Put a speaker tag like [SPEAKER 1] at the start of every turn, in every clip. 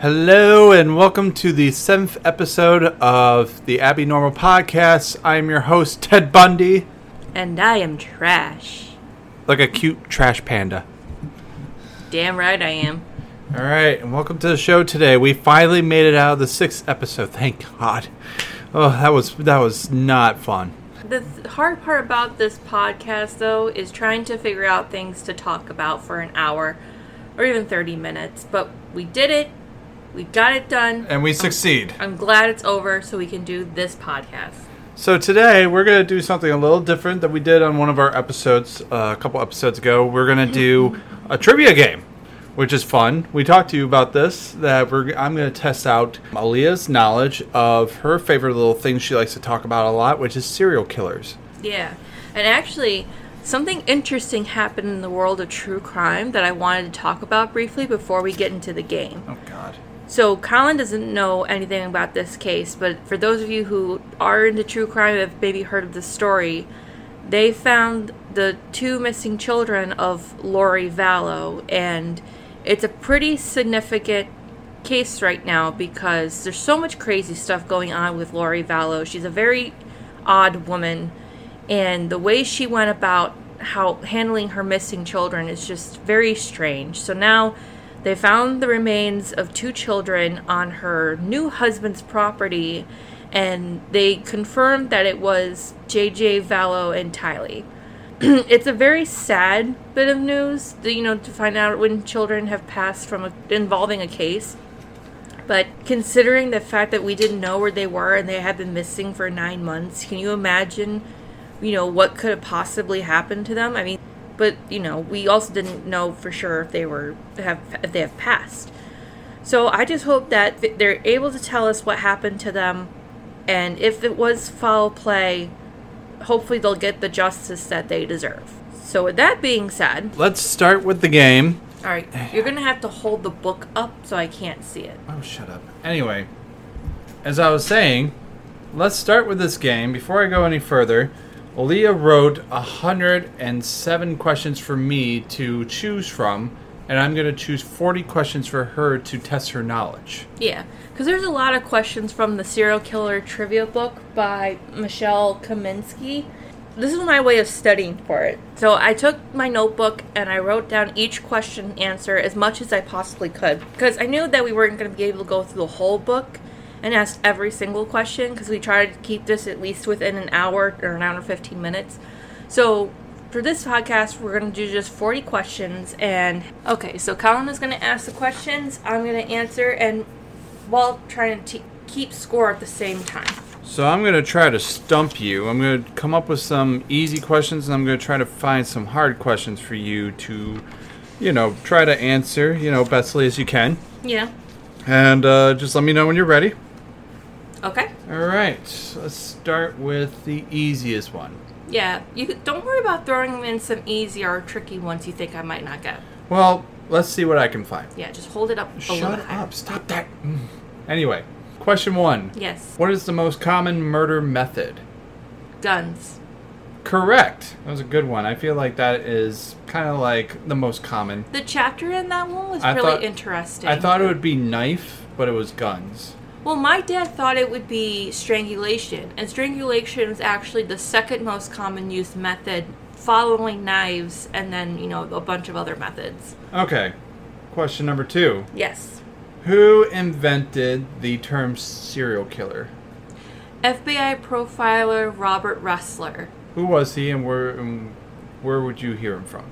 [SPEAKER 1] Hello and welcome to the seventh episode of the Abby Normal Podcast. I am your host, Ted Bundy,
[SPEAKER 2] And I am trash.
[SPEAKER 1] like a cute trash panda.
[SPEAKER 2] Damn right I am.
[SPEAKER 1] All right, and welcome to the show today. We finally made it out of the sixth episode. Thank God. Oh, that was that was not fun.
[SPEAKER 2] The th- hard part about this podcast, though, is trying to figure out things to talk about for an hour or even 30 minutes. But we did it. We got it done.
[SPEAKER 1] And we succeed.
[SPEAKER 2] I'm glad it's over so we can do this podcast.
[SPEAKER 1] So today we're gonna do something a little different that we did on one of our episodes uh, a couple episodes ago. We're gonna do a trivia game, which is fun. We talked to you about this. That we're I'm gonna test out Aaliyah's knowledge of her favorite little thing she likes to talk about a lot, which is serial killers.
[SPEAKER 2] Yeah. And actually, something interesting happened in the world of true crime that I wanted to talk about briefly before we get into the game.
[SPEAKER 1] Oh God.
[SPEAKER 2] So Colin doesn't know anything about this case, but for those of you who are into true crime have maybe heard of this story, they found the two missing children of Lori Vallow, and it's a pretty significant case right now because there's so much crazy stuff going on with Lori Vallow. She's a very odd woman, and the way she went about how handling her missing children is just very strange. So now they found the remains of two children on her new husband's property, and they confirmed that it was JJ Vallow and Tylee. it's a very sad bit of news, that, you know, to find out when children have passed from a, involving a case. But considering the fact that we didn't know where they were and they had been missing for nine months, can you imagine, you know, what could have possibly happened to them? I mean, but you know, we also didn't know for sure if they were have if they have passed. So I just hope that th- they're able to tell us what happened to them, and if it was foul play, hopefully they'll get the justice that they deserve. So with that being said,
[SPEAKER 1] Let's start with the game.
[SPEAKER 2] all right, you're gonna have to hold the book up so I can't see it.
[SPEAKER 1] Oh, shut up. Anyway, as I was saying, let's start with this game. Before I go any further, Aaliyah wrote 107 questions for me to choose from, and I'm going to choose 40 questions for her to test her knowledge.
[SPEAKER 2] Yeah, because there's a lot of questions from the Serial Killer Trivia book by Michelle Kaminsky. This is my way of studying for it. So I took my notebook and I wrote down each question answer as much as I possibly could because I knew that we weren't going to be able to go through the whole book and ask every single question because we tried to keep this at least within an hour or an hour and 15 minutes. So for this podcast, we're going to do just 40 questions. And okay, so Colin is going to ask the questions, I'm going to answer, and while trying to keep score at the same time.
[SPEAKER 1] So I'm going to try to stump you. I'm going to come up with some easy questions, and I'm going to try to find some hard questions for you to, you know, try to answer, you know, bestly as you can.
[SPEAKER 2] Yeah.
[SPEAKER 1] And uh, just let me know when you're ready.
[SPEAKER 2] Okay.
[SPEAKER 1] All right, let's start with the easiest one.
[SPEAKER 2] Yeah. You could, don't worry about throwing in some easy or tricky ones you think I might not get.
[SPEAKER 1] Well, let's see what I can find.
[SPEAKER 2] Yeah. Just hold it up a little
[SPEAKER 1] Shut
[SPEAKER 2] higher.
[SPEAKER 1] up, stop that. Mm. Anyway, question one
[SPEAKER 2] Yes.
[SPEAKER 1] What is the most common murder method?
[SPEAKER 2] Guns.
[SPEAKER 1] Correct. That was a good one. I feel like that is kind of like the most common.
[SPEAKER 2] The chapter in that one was
[SPEAKER 1] I
[SPEAKER 2] really
[SPEAKER 1] thought-
[SPEAKER 2] interesting.
[SPEAKER 1] I thought it would be knife, but it was guns.
[SPEAKER 2] Well, my dad thought it would be strangulation, and strangulation is actually the second most common used method, following knives, and then you know a bunch of other methods.
[SPEAKER 1] Okay, question number two
[SPEAKER 2] Yes.
[SPEAKER 1] Who invented the term serial killer?
[SPEAKER 2] FBI profiler Robert Ressler.
[SPEAKER 1] Who was he, and where, and where would you hear him from?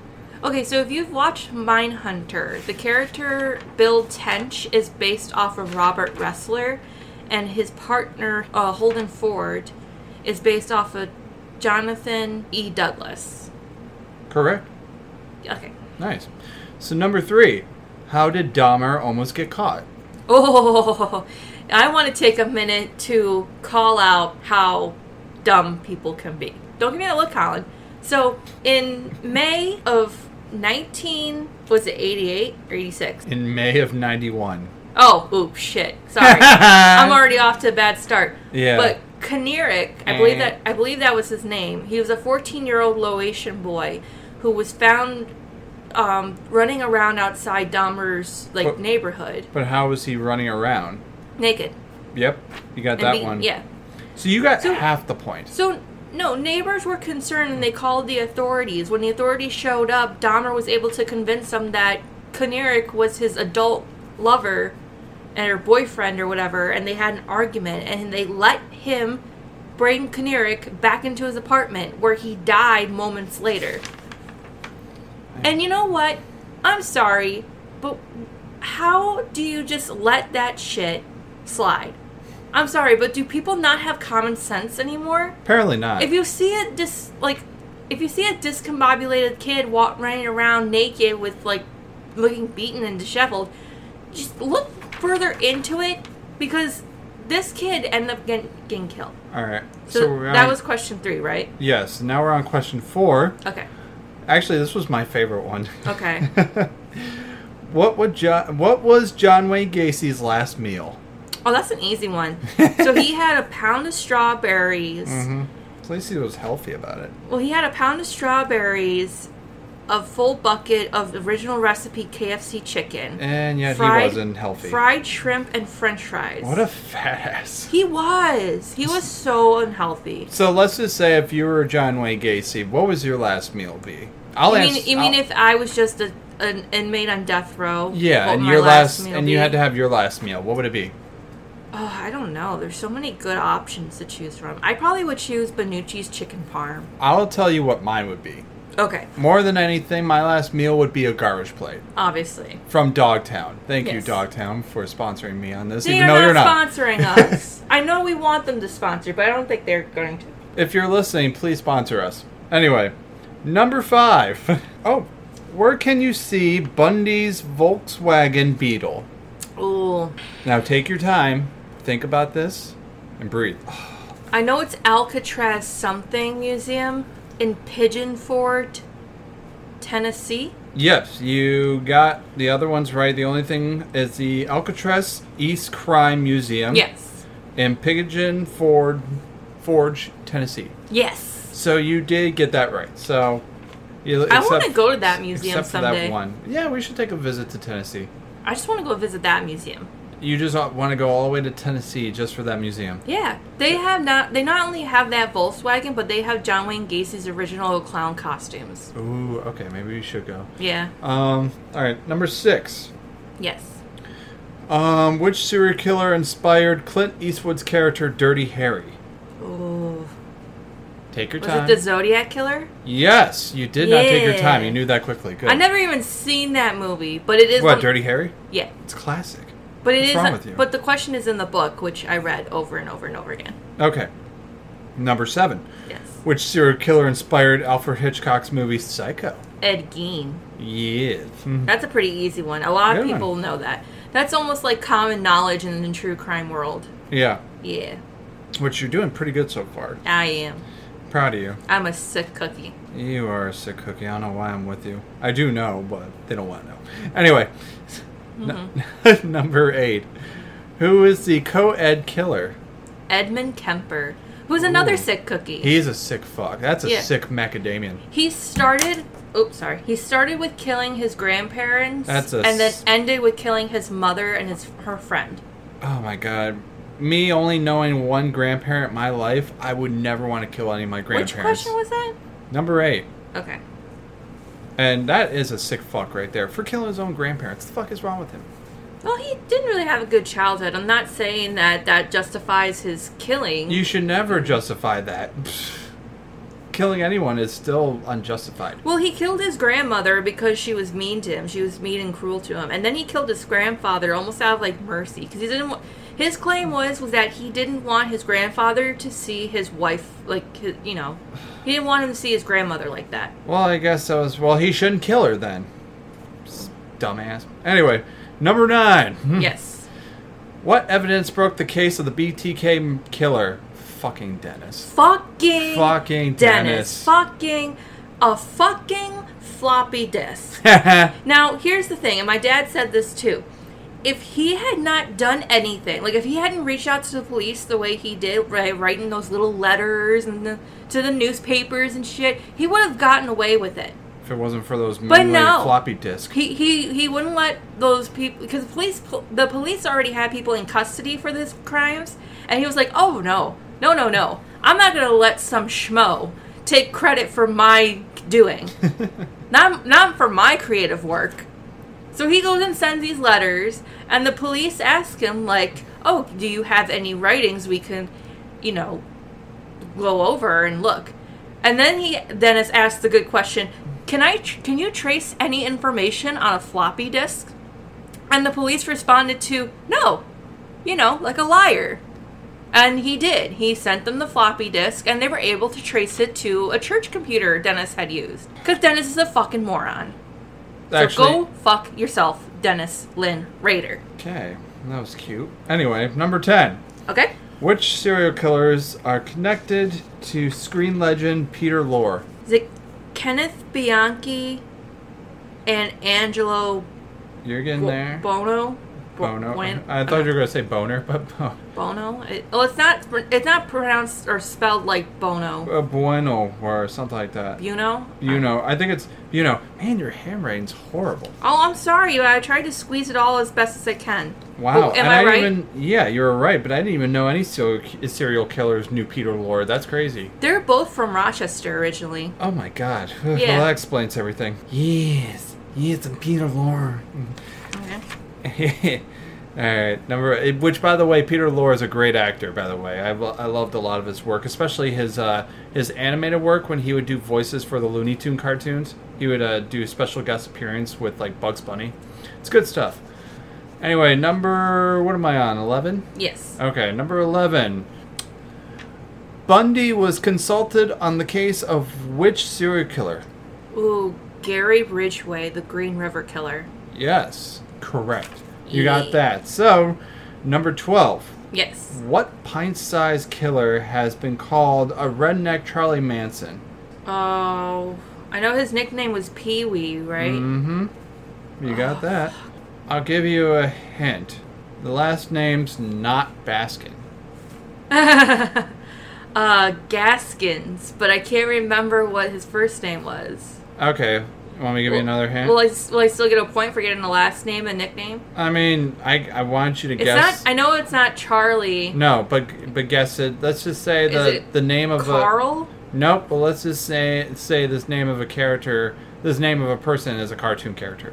[SPEAKER 2] Okay, so if you've watched Mindhunter, the character Bill Tench is based off of Robert Ressler, and his partner uh, Holden Ford is based off of Jonathan E. Douglas.
[SPEAKER 1] Correct.
[SPEAKER 2] Okay.
[SPEAKER 1] Nice. So number three, how did Dahmer almost get caught?
[SPEAKER 2] Oh, I want to take a minute to call out how dumb people can be. Don't give me that look, Colin. So in May of 19, was it 88 or 86?
[SPEAKER 1] In May of '91.
[SPEAKER 2] Oh, oop, shit. Sorry. I'm already off to a bad start.
[SPEAKER 1] Yeah. Mm.
[SPEAKER 2] But Kinnearic, I believe that I believe that was his name. He was a 14-year-old Laotian boy who was found um, running around outside Dahmer's like
[SPEAKER 1] What-
[SPEAKER 2] neighborhood
[SPEAKER 1] But how was he running around?
[SPEAKER 2] naked.
[SPEAKER 1] Yep, you got
[SPEAKER 2] And
[SPEAKER 1] that
[SPEAKER 2] being-
[SPEAKER 1] one.
[SPEAKER 2] Yeah.
[SPEAKER 1] So you got
[SPEAKER 2] So-
[SPEAKER 1] half the point.
[SPEAKER 2] So no, neighbors were concerned and they called the authorities. When the authorities showed up, Dahmer was able to convince them that Konerik was his adult lover and her boyfriend or whatever, and they had an argument and they let him bring Konerik back into his apartment where he died moments later. And you know what? I'm sorry, but how do you just let that shit slide? I'm sorry, but do people not have common sense anymore?
[SPEAKER 1] Apparently not.
[SPEAKER 2] If you see a dis like, if you see a discombobulated kid walk running around naked with like, looking beaten and disheveled, just look further into it because this kid ended up getting, getting killed.
[SPEAKER 1] All right.
[SPEAKER 2] So,
[SPEAKER 1] we're
[SPEAKER 2] that
[SPEAKER 1] on-
[SPEAKER 2] was question three, right?
[SPEAKER 1] yes. Now we're on question four.
[SPEAKER 2] Okay.
[SPEAKER 1] Actually, this was my favorite one.
[SPEAKER 2] Okay.
[SPEAKER 1] what would John? What was John Wayne Gacy's last meal?
[SPEAKER 2] oh, that's an easy one. So he had a pound of strawberries.
[SPEAKER 1] Mm-hmm. At least he was healthy about it.
[SPEAKER 2] Well, he had a pound of strawberries, a full bucket of original recipe KFC chicken.
[SPEAKER 1] And yet he wasn't healthy.
[SPEAKER 2] Fried shrimp and french fries.
[SPEAKER 1] What a fat ass.
[SPEAKER 2] He was. He was so unhealthy.
[SPEAKER 1] So let's just say if you were John Wayne Gacy, what was your last meal be? I'll
[SPEAKER 2] you mean,
[SPEAKER 1] ans-
[SPEAKER 2] you mean
[SPEAKER 1] I'll-
[SPEAKER 2] if I was just a, an inmate on death row?
[SPEAKER 1] yeah,
[SPEAKER 2] what
[SPEAKER 1] and
[SPEAKER 2] my
[SPEAKER 1] your last,
[SPEAKER 2] meal
[SPEAKER 1] and
[SPEAKER 2] be?
[SPEAKER 1] you had to have your last meal. What would it be?
[SPEAKER 2] Oh, I don't know. There's so many good options to choose from. I probably would choose Benucci's chicken parm.
[SPEAKER 1] I'll tell you what mine would be.
[SPEAKER 2] Okay,
[SPEAKER 1] More than anything, my last meal would be a garbage plate
[SPEAKER 2] obviously.
[SPEAKER 1] from Dogtown. Thank you,
[SPEAKER 2] Yes.
[SPEAKER 1] Dogtown, for sponsoring me on this.
[SPEAKER 2] They
[SPEAKER 1] even
[SPEAKER 2] are
[SPEAKER 1] though you're not.
[SPEAKER 2] not sponsoring us. I know we want them to sponsor, but I don't think they're going to.
[SPEAKER 1] If you're listening, please sponsor us. Anyway, number five. Oh, where can you see Bundy's Volkswagen Beetle?
[SPEAKER 2] Ooh.
[SPEAKER 1] Now take your time, think about this, and breathe.
[SPEAKER 2] I know it's Alcatraz something museum in Pigeon Forge, Tennessee.
[SPEAKER 1] Yes, you got the other ones right. The only thing is the Alcatraz East Crime Museum
[SPEAKER 2] Yes.
[SPEAKER 1] in Pigeon Ford, Forge, Tennessee.
[SPEAKER 2] Yes.
[SPEAKER 1] So you did get that right. So you,
[SPEAKER 2] I want to
[SPEAKER 1] except-
[SPEAKER 2] go to that museum
[SPEAKER 1] except for
[SPEAKER 2] someday.
[SPEAKER 1] that one. Yeah, we should take a visit to Tennessee.
[SPEAKER 2] I just want to go visit that museum.
[SPEAKER 1] You just want to go all the way to Tennessee just for that museum.
[SPEAKER 2] Yeah, they have not. They not only have that Volkswagen, but they have John Wayne Gacy's original clown costumes.
[SPEAKER 1] Ooh, okay, maybe we should go.
[SPEAKER 2] Yeah.
[SPEAKER 1] Um, all right, number six.
[SPEAKER 2] Yes.
[SPEAKER 1] Um, which serial killer inspired Clint Eastwood's character Dirty Harry?
[SPEAKER 2] Ooh.
[SPEAKER 1] Take your
[SPEAKER 2] Was
[SPEAKER 1] time.
[SPEAKER 2] it the Zodiac Killer?
[SPEAKER 1] Yes, you did not take your time.
[SPEAKER 2] Yeah.
[SPEAKER 1] You knew that quickly. Good.
[SPEAKER 2] I never even seen that movie, but it is
[SPEAKER 1] What,
[SPEAKER 2] one-
[SPEAKER 1] Dirty Harry?
[SPEAKER 2] Yeah,
[SPEAKER 1] It's classic.
[SPEAKER 2] but it
[SPEAKER 1] What's
[SPEAKER 2] is-
[SPEAKER 1] wrong with you?
[SPEAKER 2] But the question is in the book, which I read over and over and over again.
[SPEAKER 1] Okay. Number seven.
[SPEAKER 2] Yes.
[SPEAKER 1] Which serial killer inspired Alfred Hitchcock's movie Psycho?
[SPEAKER 2] Ed Gein.
[SPEAKER 1] Yes. Mm-hmm.
[SPEAKER 2] That's a pretty easy one. A lot of
[SPEAKER 1] Good one.
[SPEAKER 2] people know that. That's almost like common knowledge in the true crime world.
[SPEAKER 1] Yeah.
[SPEAKER 2] Yeah,
[SPEAKER 1] Which you're doing pretty good so far.
[SPEAKER 2] I am.
[SPEAKER 1] Proud of you.
[SPEAKER 2] I'm a sick cookie.
[SPEAKER 1] You are a sick cookie. I don't know why I'm with you. I do know, but they don't want to know. Anyway,
[SPEAKER 2] Mm-hmm.
[SPEAKER 1] n- number eight. Who is the co ed killer?
[SPEAKER 2] Edmund Kemper, who's another
[SPEAKER 1] Ooh.
[SPEAKER 2] sick cookie.
[SPEAKER 1] He's a sick fuck. That's a
[SPEAKER 2] Yeah.
[SPEAKER 1] sick macadamian.
[SPEAKER 2] he started. Oops, sorry. He started with killing his grandparents,
[SPEAKER 1] That's a
[SPEAKER 2] and then
[SPEAKER 1] s-
[SPEAKER 2] ended with killing his mother and his her friend.
[SPEAKER 1] Oh my god. Me only knowing one grandparent in my life, I would never want to kill any of my
[SPEAKER 2] Which
[SPEAKER 1] grandparents.
[SPEAKER 2] question was that?
[SPEAKER 1] Number eight.
[SPEAKER 2] Okay.
[SPEAKER 1] And that is a sick fuck right there. For killing his own grandparents. The fuck is wrong with him?
[SPEAKER 2] Well, he didn't really have a good childhood. I'm not saying that that justifies his killing.
[SPEAKER 1] You should never justify that. Pfft. Killing anyone is still unjustified.
[SPEAKER 2] Well, he killed his grandmother because she was mean to him. She was mean and cruel to him, and then he killed his grandfather almost out of like mercy because he didn't. Wa- his claim was was that he didn't want his grandfather to see his wife like his, you know, he didn't want him to see his grandmother like that.
[SPEAKER 1] Well, I guess that was. Well, he shouldn't kill her then. S- Dumbass. Anyway, number nine. Hmm.
[SPEAKER 2] Yes,
[SPEAKER 1] What evidence broke the case of the BTK m- killer? Fucking Dennis.
[SPEAKER 2] fucking
[SPEAKER 1] Fucking Dennis.
[SPEAKER 2] fucking a fucking floppy disk. Now, here's the thing, and my dad said this too. If he had not done anything, like if he hadn't reached out to the police the way he did, right, writing those little letters and the, to the newspapers and shit, he would have gotten away with it.
[SPEAKER 1] If it wasn't for those
[SPEAKER 2] But
[SPEAKER 1] mainly
[SPEAKER 2] no.
[SPEAKER 1] floppy disks.
[SPEAKER 2] He he he wouldn't let those people because police pol- the police already had people in custody for these crimes, and he was like, "Oh no, no, no, no! I'm not gonna let some schmo take credit for my doing, not not for my creative work." So he goes and sends these letters, and the police ask him like, "Oh, do you have any writings we can, you know, go over and look?" And then he then is asked the good question, "Can I tr- can you trace any information on a floppy disk?" And the police responded to, "No." You know, like a liar. And he did. He sent them the floppy disk and they were able to trace it to a church computer Dennis had used. Cuz Dennis is a fucking moron.
[SPEAKER 1] Actually,
[SPEAKER 2] So go fuck yourself, Dennis Lynn Raider.
[SPEAKER 1] okay, that was cute. Anyway, number ten.
[SPEAKER 2] Okay?
[SPEAKER 1] Which serial killers are connected to screen legend Peter Lorre?
[SPEAKER 2] Is it Kenneth Bianchi and Angelo
[SPEAKER 1] You're getting
[SPEAKER 2] Bo-
[SPEAKER 1] there.
[SPEAKER 2] Bono? Bo-
[SPEAKER 1] Bono.
[SPEAKER 2] Wen-
[SPEAKER 1] I thought you were gonna say boner, but bo-
[SPEAKER 2] Bono. It, well, it's not. pr- It's not pronounced or spelled like Bono.
[SPEAKER 1] uh, bueno or something like that.
[SPEAKER 2] You know.
[SPEAKER 1] You know, I think it's you know. Man, your handwriting's horrible.
[SPEAKER 2] Oh, I'm sorry. I tried to squeeze it all as best as I can.
[SPEAKER 1] Wow.
[SPEAKER 2] Oh, am
[SPEAKER 1] and
[SPEAKER 2] I,
[SPEAKER 1] I
[SPEAKER 2] right?
[SPEAKER 1] didn't even yeah, you were right, but I didn't even know any serial, serial killers knew Peter Lorre. That's crazy.
[SPEAKER 2] They're both from Rochester originally.
[SPEAKER 1] Oh my god.
[SPEAKER 2] Yeah.
[SPEAKER 1] Well, that explains everything. Yes. Yes, I'm Peter Lorre.
[SPEAKER 2] Okay.
[SPEAKER 1] All right, number eh, which, by the way, Peter Lorre is a great actor. By the way, I, lo- I loved a lot of his work, especially his uh, his animated work when he would do voices for the Looney Tune cartoons. He would uh, do special guest appearance with like Bugs Bunny. It's good stuff. Anyway, number what am I on? Eleven.
[SPEAKER 2] Yes.
[SPEAKER 1] Okay, number 11. Bundy was consulted on the case of which serial killer?
[SPEAKER 2] Ooh, Gary Ridgway, the Green River Killer.
[SPEAKER 1] Yes, correct. You
[SPEAKER 2] Yay.
[SPEAKER 1] got that. So, number 12.
[SPEAKER 2] Yes.
[SPEAKER 1] What pint sized killer has been called a redneck Charlie Manson?
[SPEAKER 2] Oh, I know his nickname was Pee Wee, right?
[SPEAKER 1] Mm hmm. You got that. I'll give you a hint. The last name's not Baskin. Mm.
[SPEAKER 2] uh, Gaskins, but I can't remember what his first name was.
[SPEAKER 1] Okay, want me to give you another hint?
[SPEAKER 2] Will I, s- will I still get a point for getting the last name and nickname?
[SPEAKER 1] I mean, I, I want you to
[SPEAKER 2] It's
[SPEAKER 1] guess.
[SPEAKER 2] not. I know it's not Charlie.
[SPEAKER 1] No, but but guess it. Let's just say the
[SPEAKER 2] it
[SPEAKER 1] the name of
[SPEAKER 2] Carl.
[SPEAKER 1] a nope. But let's just say say this name of a character. This name of a person is a cartoon character.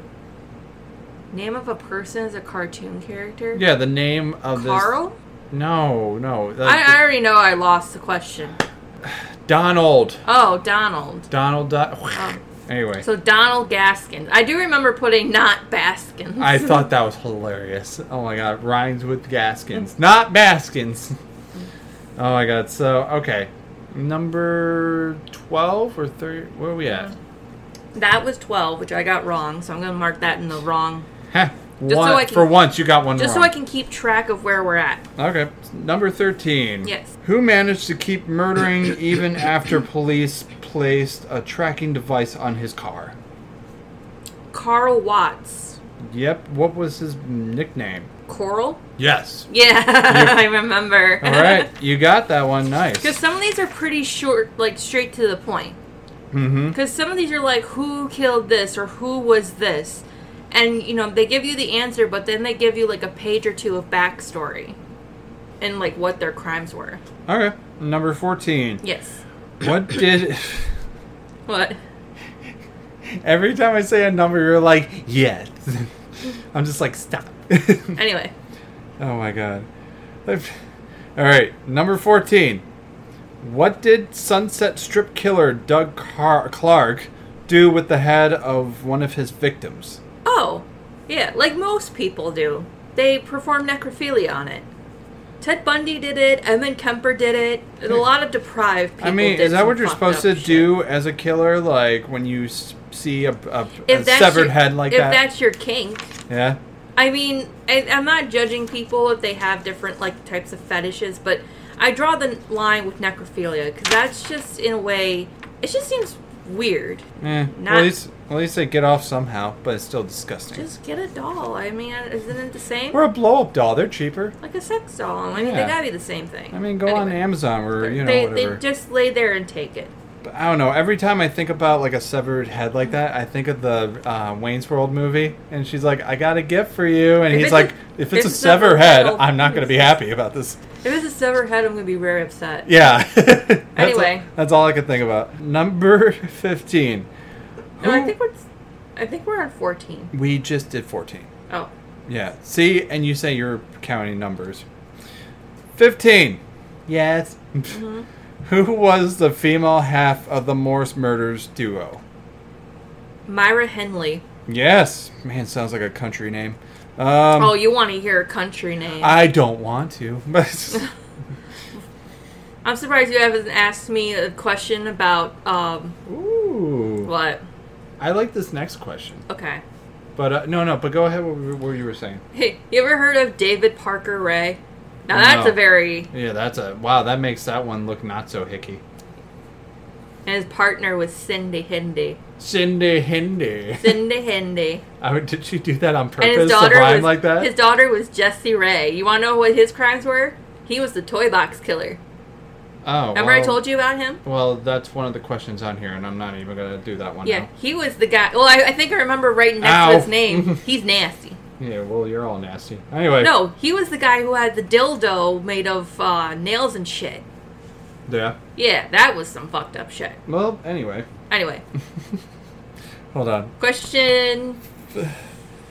[SPEAKER 2] Name of a person is a cartoon character.
[SPEAKER 1] Yeah, the name of
[SPEAKER 2] Carl.
[SPEAKER 1] this. No, no. the-
[SPEAKER 2] I, I already know. I lost the question.
[SPEAKER 1] Donald.
[SPEAKER 2] Oh, Donald.
[SPEAKER 1] Donald. Dot.
[SPEAKER 2] Oh.
[SPEAKER 1] anyway,
[SPEAKER 2] So Donald Gaskins. I do remember putting not Baskins.
[SPEAKER 1] I thought that was hilarious. Oh my god, rhymes with Gaskins, not Baskins. Oh my god. So okay, number twelve or thirty. Where are we at?
[SPEAKER 2] that was twelve, which I got wrong. So I'm gonna mark that in the wrong,
[SPEAKER 1] Heh,
[SPEAKER 2] so
[SPEAKER 1] one,
[SPEAKER 2] I can-
[SPEAKER 1] for once, you got one
[SPEAKER 2] just
[SPEAKER 1] wrong.
[SPEAKER 2] so I can keep track of where we're at.
[SPEAKER 1] Okay. Number 13.
[SPEAKER 2] Yes.
[SPEAKER 1] Who managed to keep murdering even after police placed a tracking device on his car?
[SPEAKER 2] Carl Watts.
[SPEAKER 1] Yep. What was his nickname?
[SPEAKER 2] Coral.
[SPEAKER 1] Yes.
[SPEAKER 2] Yeah, I remember.
[SPEAKER 1] All right. You got that one. Nice.
[SPEAKER 2] Because some of these are pretty short, like straight to the point.
[SPEAKER 1] Mm-hmm.
[SPEAKER 2] Because some of these are like, who killed this or who was this? And, you know, they give you the answer, but then they give you like a page or two of backstory and like what their crimes were.
[SPEAKER 1] Okay. Number 14.
[SPEAKER 2] Yes.
[SPEAKER 1] What did.
[SPEAKER 2] What?
[SPEAKER 1] Every time I say a number, you're like, yes. I'm just like, stop.
[SPEAKER 2] Anyway.
[SPEAKER 1] Oh my god. I've- All right, number 14. What did Sunset Strip killer Doug Car- Clark do with the head of one of his victims?
[SPEAKER 2] Oh, yeah, like most people do. They perform necrophilia on it. Ted Bundy did it, Edmund Kemper did it, and a lot of deprived people.
[SPEAKER 1] Hmm. I mean,
[SPEAKER 2] did
[SPEAKER 1] is that
[SPEAKER 2] some
[SPEAKER 1] what you're
[SPEAKER 2] fucked
[SPEAKER 1] supposed
[SPEAKER 2] up
[SPEAKER 1] to
[SPEAKER 2] shit.
[SPEAKER 1] do as a killer? Like when you s- see a, a, a
[SPEAKER 2] If that's
[SPEAKER 1] severed
[SPEAKER 2] your-
[SPEAKER 1] head like
[SPEAKER 2] if
[SPEAKER 1] that?
[SPEAKER 2] that's your kink,
[SPEAKER 1] Yeah.
[SPEAKER 2] I mean, I, I'm not judging people if they have different like types of fetishes, but I draw the line with necrophilia because that's just in a way, it just seems weird.
[SPEAKER 1] Eh,
[SPEAKER 2] Not-
[SPEAKER 1] at least, at least they get off somehow, but it's still disgusting.
[SPEAKER 2] Just get a doll. I mean, isn't it the same?
[SPEAKER 1] or a blow up doll. They're cheaper.
[SPEAKER 2] like a sex doll. I mean,
[SPEAKER 1] Yeah.
[SPEAKER 2] they gotta be the same thing.
[SPEAKER 1] I mean, go on
[SPEAKER 2] Anyway.
[SPEAKER 1] Amazon or you know
[SPEAKER 2] they,
[SPEAKER 1] whatever.
[SPEAKER 2] they just lay there and take it.
[SPEAKER 1] I don't know. Every time I think about like a severed head like that, I think of the uh, Wayne's World movie, and she's like, "I got a gift for you," and
[SPEAKER 2] If
[SPEAKER 1] he's
[SPEAKER 2] it's
[SPEAKER 1] like,
[SPEAKER 2] a-
[SPEAKER 1] "If it's,
[SPEAKER 2] it's
[SPEAKER 1] a severed head,
[SPEAKER 2] severed head,
[SPEAKER 1] I'm not going to be happy about this."
[SPEAKER 2] If it's a severed head, I'm gonna be very upset.
[SPEAKER 1] Yeah. That's all-
[SPEAKER 2] Anyway.
[SPEAKER 1] that's all I could think about. Number fifteen.
[SPEAKER 2] No, I
[SPEAKER 1] Who-
[SPEAKER 2] think we're, I think we're on 14.
[SPEAKER 1] we just did fourteen.
[SPEAKER 2] Oh,
[SPEAKER 1] Yeah. See, and you say you're counting numbers. Fifteen. Yes. Who was the female half of the Morse murders duo?
[SPEAKER 2] Myra Henley.
[SPEAKER 1] Yes. Man, sounds like a country name. Um,
[SPEAKER 2] oh, you want to hear a country name? I,
[SPEAKER 1] I don't want to. But
[SPEAKER 2] am surprised you haven't asked me a question about um
[SPEAKER 1] ooh,
[SPEAKER 2] what?
[SPEAKER 1] I like this next question.
[SPEAKER 2] Okay.
[SPEAKER 1] But uh, no, no. But go ahead. What, we- what you were saying?
[SPEAKER 2] Hey, you ever heard of David Parker Ray? Now that's
[SPEAKER 1] No.
[SPEAKER 2] a very
[SPEAKER 1] Yeah, that's a wow. That makes that one look not so hicky.
[SPEAKER 2] and his partner was Cindy Hindi.
[SPEAKER 1] Cindy Hindi.
[SPEAKER 2] Cindy Hindi.
[SPEAKER 1] I would, did she do that on
[SPEAKER 2] and his
[SPEAKER 1] purpose? To
[SPEAKER 2] daughter
[SPEAKER 1] rhyme
[SPEAKER 2] was,
[SPEAKER 1] like that?
[SPEAKER 2] His daughter was Jessie Ray. You wanna know what his crimes were? He was the toy box killer.
[SPEAKER 1] oh,
[SPEAKER 2] Remember I
[SPEAKER 1] well-
[SPEAKER 2] told you about him?
[SPEAKER 1] Well, that's one of the questions on here, and I'm not even gonna do that one.
[SPEAKER 2] Yeah, he was the guy. Well, I, I think I remember right next
[SPEAKER 1] Ow.
[SPEAKER 2] to his name. He's nasty.
[SPEAKER 1] Now. Yeah. Well, you're all nasty. Anyway.
[SPEAKER 2] No, he was the guy who had the dildo made of uh, nails and shit.
[SPEAKER 1] Yeah.
[SPEAKER 2] Yeah, that was some fucked up shit.
[SPEAKER 1] Well, anyway.
[SPEAKER 2] Anyway,
[SPEAKER 1] Hold on.
[SPEAKER 2] question.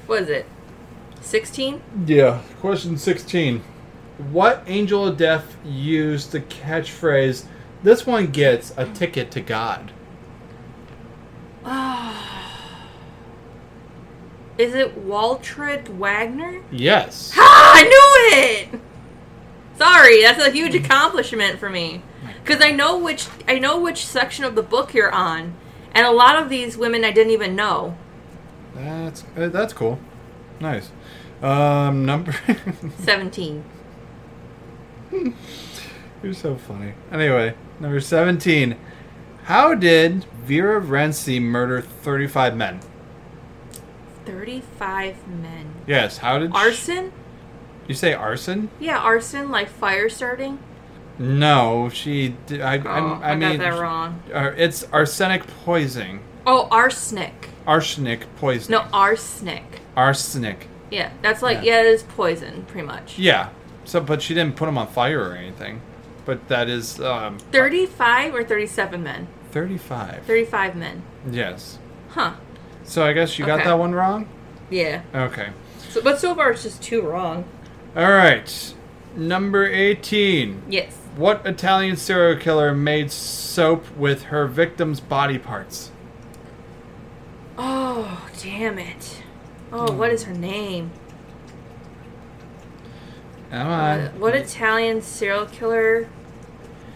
[SPEAKER 2] What is it? 16?
[SPEAKER 1] Yeah. Question 16. What angel of death used the catchphrase, this one gets a ticket to God?
[SPEAKER 2] Is it Waltred Wagner?
[SPEAKER 1] Yes.
[SPEAKER 2] Ah, I knew it! Sorry, that's a huge accomplishment for me. Because I know which I know which section of the book you're on, and a lot of these women I didn't even know.
[SPEAKER 1] That's, uh, that's cool. Nice. Um, number.
[SPEAKER 2] Seventeen.
[SPEAKER 1] You're so funny. Anyway, number 17. How did Vera Renzi murder 35 men?
[SPEAKER 2] Thirty-five men.
[SPEAKER 1] Yes, how did. she-
[SPEAKER 2] Arson?
[SPEAKER 1] you say arson?
[SPEAKER 2] Yeah, arson, like fire starting.
[SPEAKER 1] No, she. Did, I,
[SPEAKER 2] Oh,
[SPEAKER 1] I'm-
[SPEAKER 2] I,
[SPEAKER 1] I, mean,
[SPEAKER 2] got that wrong.
[SPEAKER 1] uh, it's arsenic poisoning.
[SPEAKER 2] Oh, arsenic.
[SPEAKER 1] Arsenic poisoning.
[SPEAKER 2] No, arsenic.
[SPEAKER 1] Arsenic.
[SPEAKER 2] Yeah, that's like
[SPEAKER 1] Yeah.
[SPEAKER 2] yeah, it is poison, pretty much.
[SPEAKER 1] Yeah. So, but she didn't put him on fire or anything. But that is um,
[SPEAKER 2] Thirty-five or thirty-seven men.
[SPEAKER 1] 35.
[SPEAKER 2] Thirty-five men.
[SPEAKER 1] Yes.
[SPEAKER 2] Huh.
[SPEAKER 1] So I guess you got
[SPEAKER 2] Okay.
[SPEAKER 1] that one wrong?
[SPEAKER 2] Yeah.
[SPEAKER 1] Okay.
[SPEAKER 2] So, but so far it's just two wrong.
[SPEAKER 1] All right. Number 18.
[SPEAKER 2] Yes.
[SPEAKER 1] What Italian serial killer made soap with her victim's body parts?
[SPEAKER 2] Oh damn it.
[SPEAKER 1] Hmm.
[SPEAKER 2] Oh, what is her name?
[SPEAKER 1] Come on.
[SPEAKER 2] Uh, what Italian serial killer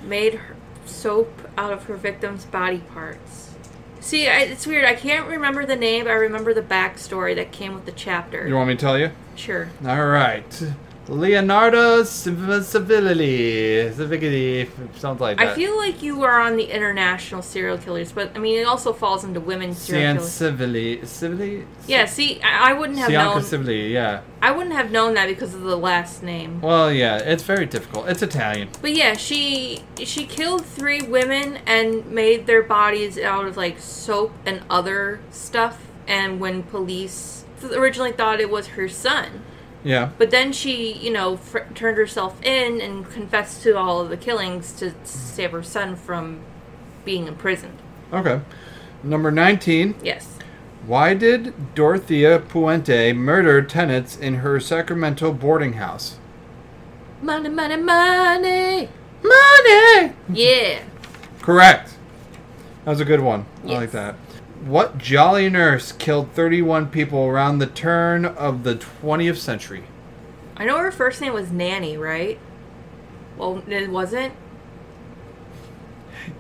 [SPEAKER 2] made her soap out of her victim's body parts? See, I, it's weird. I can't remember the name. but I remember the backstory that came with the chapter.
[SPEAKER 1] you want me to tell you?
[SPEAKER 2] sure.
[SPEAKER 1] All right. Leonardo Civility. Civility. Something like that.
[SPEAKER 2] I feel like you are on the international serial killers, but I mean, it also falls into women's serial
[SPEAKER 1] Cian
[SPEAKER 2] killers.
[SPEAKER 1] Civili. Civili?
[SPEAKER 2] Yeah, see, I, I wouldn't have
[SPEAKER 1] Cianca
[SPEAKER 2] known.
[SPEAKER 1] Civili, yeah.
[SPEAKER 2] I wouldn't have known that because of the last name.
[SPEAKER 1] Well, yeah, it's very difficult. It's Italian.
[SPEAKER 2] But yeah, she she killed three women and made their bodies out of like soap and other stuff. And when police originally thought it was her son,
[SPEAKER 1] Yeah.
[SPEAKER 2] but then she, you know, fr- turned herself in and confessed to all of the killings to save her son from being imprisoned.
[SPEAKER 1] Okay. Number 19.
[SPEAKER 2] Yes.
[SPEAKER 1] Why did Dorothea Puente murder tenants in her Sacramento boarding house?
[SPEAKER 2] Money, money, money.
[SPEAKER 1] Money!
[SPEAKER 2] Yeah.
[SPEAKER 1] Correct. That was a good one. I like
[SPEAKER 2] Yes.
[SPEAKER 1] that. What jolly nurse killed 31 people around the turn of the 20th century?
[SPEAKER 2] I know her first name was Nanny, right? Well, it wasn't.